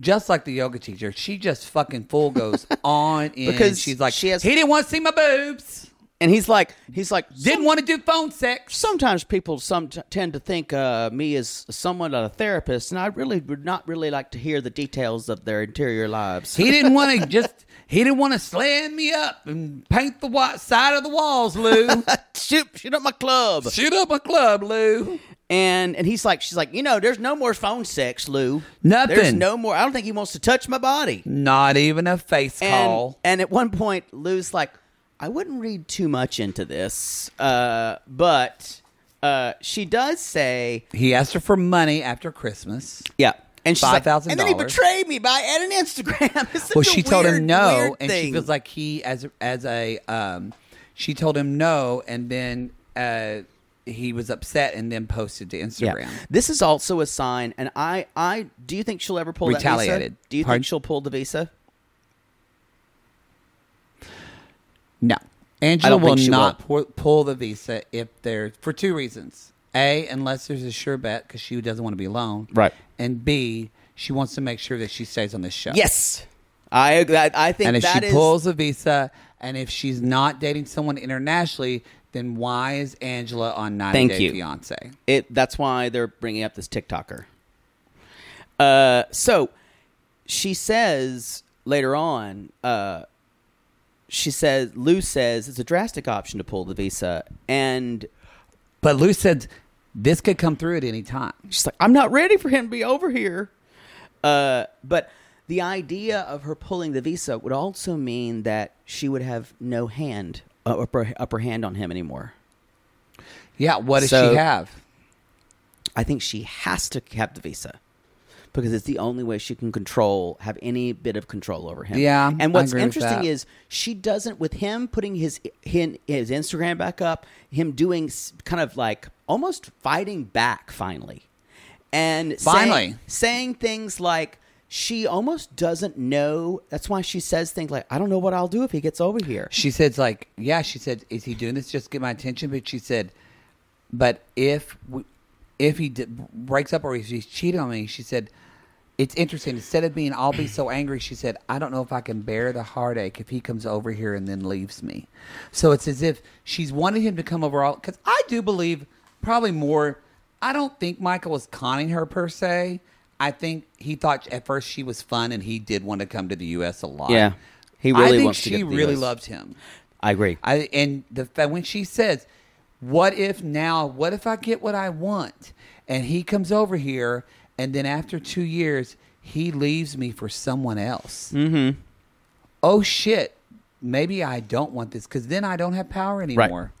Speaker 2: Just like the yoga teacher, she just fucking
Speaker 3: (laughs)
Speaker 2: full goes on in.
Speaker 3: Because
Speaker 2: she's like,
Speaker 3: she has-
Speaker 2: he didn't want to see my boobs.
Speaker 3: And he's like, he's like,
Speaker 2: didn't want to do phone sex.
Speaker 3: Sometimes people some tend to think uh, me as someone a therapist, and I really would not really like to hear the details of their interior lives.
Speaker 2: He didn't want to just. He didn't want to slam me up and paint the wa- side of the walls,
Speaker 3: (laughs)
Speaker 2: Lou.
Speaker 3: shoot, shoot up my club.
Speaker 2: Shoot up my club, Lou.
Speaker 3: And and he's like, she's like, you know, there's no more phone sex, Lou.
Speaker 2: Nothing.
Speaker 3: There's no more. I don't think he wants to touch my body.
Speaker 2: Not even a face
Speaker 3: and,
Speaker 2: call.
Speaker 3: And at one point, Lou's like, I wouldn't read too much into this, uh, but uh, she does say,
Speaker 2: He asked her for money after Christmas.
Speaker 3: yeah. And she's like,
Speaker 2: $5,000.
Speaker 3: And then he betrayed me by adding Instagram. (laughs) It's such
Speaker 2: well,
Speaker 3: a
Speaker 2: she told
Speaker 3: weird,
Speaker 2: him no,
Speaker 3: weird
Speaker 2: and she
Speaker 3: thing.
Speaker 2: feels like he as as a um, she told him no, and then uh, he was upset, and then posted to Instagram.
Speaker 3: This is also a sign, and I, I do you think she'll ever pull that visa?
Speaker 2: Retaliated.
Speaker 3: Do you
Speaker 2: Pardon?
Speaker 3: think she'll pull the visa?
Speaker 2: No,
Speaker 3: I
Speaker 2: Angela
Speaker 3: don't
Speaker 2: will
Speaker 3: think she
Speaker 2: not Pull, pull the visa if there for two reasons: a, unless there's a sure bet because she doesn't want to be alone,
Speaker 3: Right.
Speaker 2: And b, she wants to make sure that she stays on this show.
Speaker 3: Yes, I I, I think
Speaker 2: and if
Speaker 3: that
Speaker 2: she
Speaker 3: is-
Speaker 2: pulls a visa, and if she's not dating someone internationally, then why is Angela on 90
Speaker 3: Thank
Speaker 2: Day
Speaker 3: you.
Speaker 2: Fiance?
Speaker 3: It that's why they're bringing up this TikToker. Uh, so she says later on, uh, she says Lou says it's a drastic option to pull the visa, and
Speaker 2: But Lou said This could come through at any time.
Speaker 3: She's like, I'm not ready for him to be over here. Uh, but the idea of her pulling the visa would also mean that she would have no hand, uh, upper, upper hand on him anymore.
Speaker 2: Yeah, what does
Speaker 3: So-
Speaker 2: she have?
Speaker 3: I think she has to have the visa because it's the only way she can control, have any bit of control over him.
Speaker 2: Yeah, I
Speaker 3: And what's
Speaker 2: agree with
Speaker 3: interesting
Speaker 2: that.
Speaker 3: is she doesn't, with him putting his, his, his Instagram back up, him doing s- kind of like almost fighting back finally. And saying-
Speaker 2: Finally.
Speaker 3: saying things like, she almost doesn't know. That's why she says things like, I don't know what I'll do if he gets over here.
Speaker 2: She said, like, yeah, she said, is he doing this just to get my attention? But she said, but if we, if he d breaks up or if he's cheating on me, she said, it's interesting. Instead of being, I'll be so angry, she said, I don't know if I can bear the heartache if he comes over here and then leaves me. So it's as if she's wanted him to come over all, because I do believe probably more, I don't think Michael was conning her per se. I think he thought at first she was fun and he did want to come to the U.S. a lot.
Speaker 3: Yeah. He
Speaker 2: I
Speaker 3: really
Speaker 2: think
Speaker 3: wants to
Speaker 2: she
Speaker 3: get to the
Speaker 2: really
Speaker 3: US.
Speaker 2: loved him.
Speaker 3: I agree.
Speaker 2: I and the fa- when she says, "What if now? What if I get what I want?" and he comes over here, and then after two years, he leaves me for someone else.
Speaker 3: Mm-hmm.
Speaker 2: Oh shit! Maybe I don't want this because then I don't have power anymore.
Speaker 3: Yeah.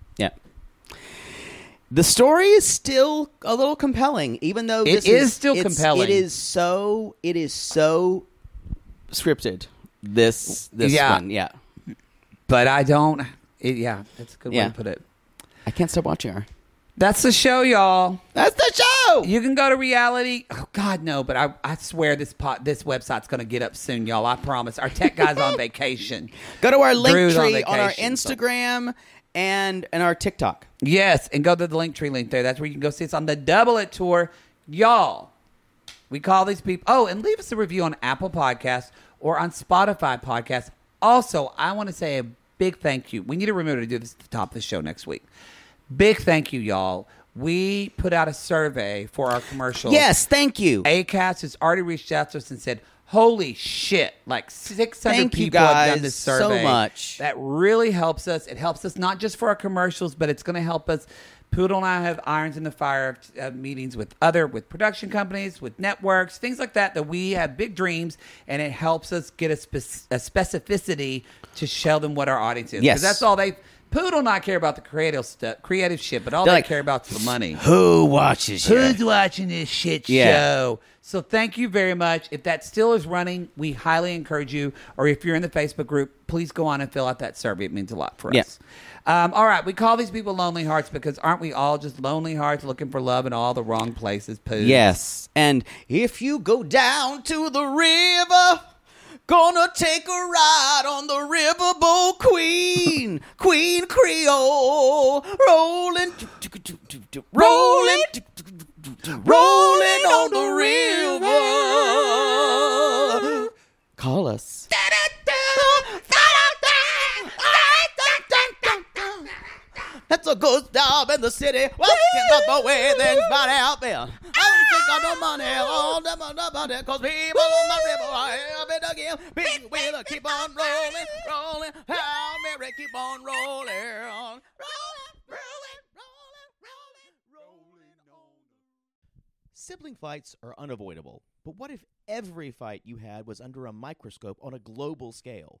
Speaker 3: The story is still a little compelling, even though
Speaker 2: It
Speaker 3: this
Speaker 2: is still
Speaker 3: it's-
Speaker 2: compelling.
Speaker 3: It is so. It is so scripted. This this
Speaker 2: Yeah.
Speaker 3: one, yeah.
Speaker 2: But I don't. It, yeah, that's a good way
Speaker 3: Yeah.
Speaker 2: to put it.
Speaker 3: I can't stop watching her.
Speaker 2: That's the show, y'all.
Speaker 3: That's the show.
Speaker 2: You can go to reality. Oh God, no! But I, I swear this pot, this website's going to get up soon, y'all. I promise. Our tech guy's
Speaker 3: (laughs)
Speaker 2: on vacation.
Speaker 3: Go to our link
Speaker 2: Drew's on
Speaker 3: tree on, our
Speaker 2: vacation, so-
Speaker 3: Instagram and and our TikTok.
Speaker 2: Yes, and go to the link tree link there. That's where you can go see us on the Double It Tour. Y'all, we call these people. Oh, and leave us a review on Apple Podcasts or on Spotify Podcasts. Also, I want to say a big thank you. We need to remember to do this at the top of the show next week. Big thank you, y'all. We put out a survey for our commercials.
Speaker 3: Yes, thank you.
Speaker 2: ACAST has already reached out to us and said, Holy shit, like 600
Speaker 3: Thank you
Speaker 2: people have
Speaker 3: guys
Speaker 2: done this
Speaker 3: so
Speaker 2: survey.
Speaker 3: much.
Speaker 2: That really helps us. It helps us not just for our commercials, but it's going to help us. Poodle and I have irons in the fire of uh, meetings with other, with production companies, with networks, things like that, that we have big dreams, and it helps us get a, spec- a specificity to show them what our audience is. 'Cause
Speaker 3: Yes.
Speaker 2: that's all they, Poodle and I care about the creative stuff, creative shit, but all
Speaker 3: They're
Speaker 2: they
Speaker 3: like,
Speaker 2: care about is
Speaker 3: (laughs)
Speaker 2: the money.
Speaker 3: Who watches you?
Speaker 2: Who's watching this shit
Speaker 3: Yeah.
Speaker 2: show? So thank you very much. If that still is running, we highly encourage you. Or if you're in the Facebook group, please go on and fill out that survey. It means a lot for
Speaker 3: Yeah.
Speaker 2: us. Um, all right, we call these people lonely hearts because aren't we all just lonely hearts looking for love in all the wrong places? Pooh.
Speaker 3: Yes, and if you go down to the river, gonna take a ride on the riverboat (laughs) queen, Queen Creole, rolling, rolling, rolling on the river. Call us. That's a good job in the city. Working up the way things body out there. I don't take all the money, all the money, about it, cause people on the river are helping again. Big wheel keep on rolling, rolling. How Mary keep on rolling, rolling, rolling, rolling, rolling, rolling on.
Speaker 9: Sibling fights are unavoidable, but what if every fight you had was under a microscope on a global scale?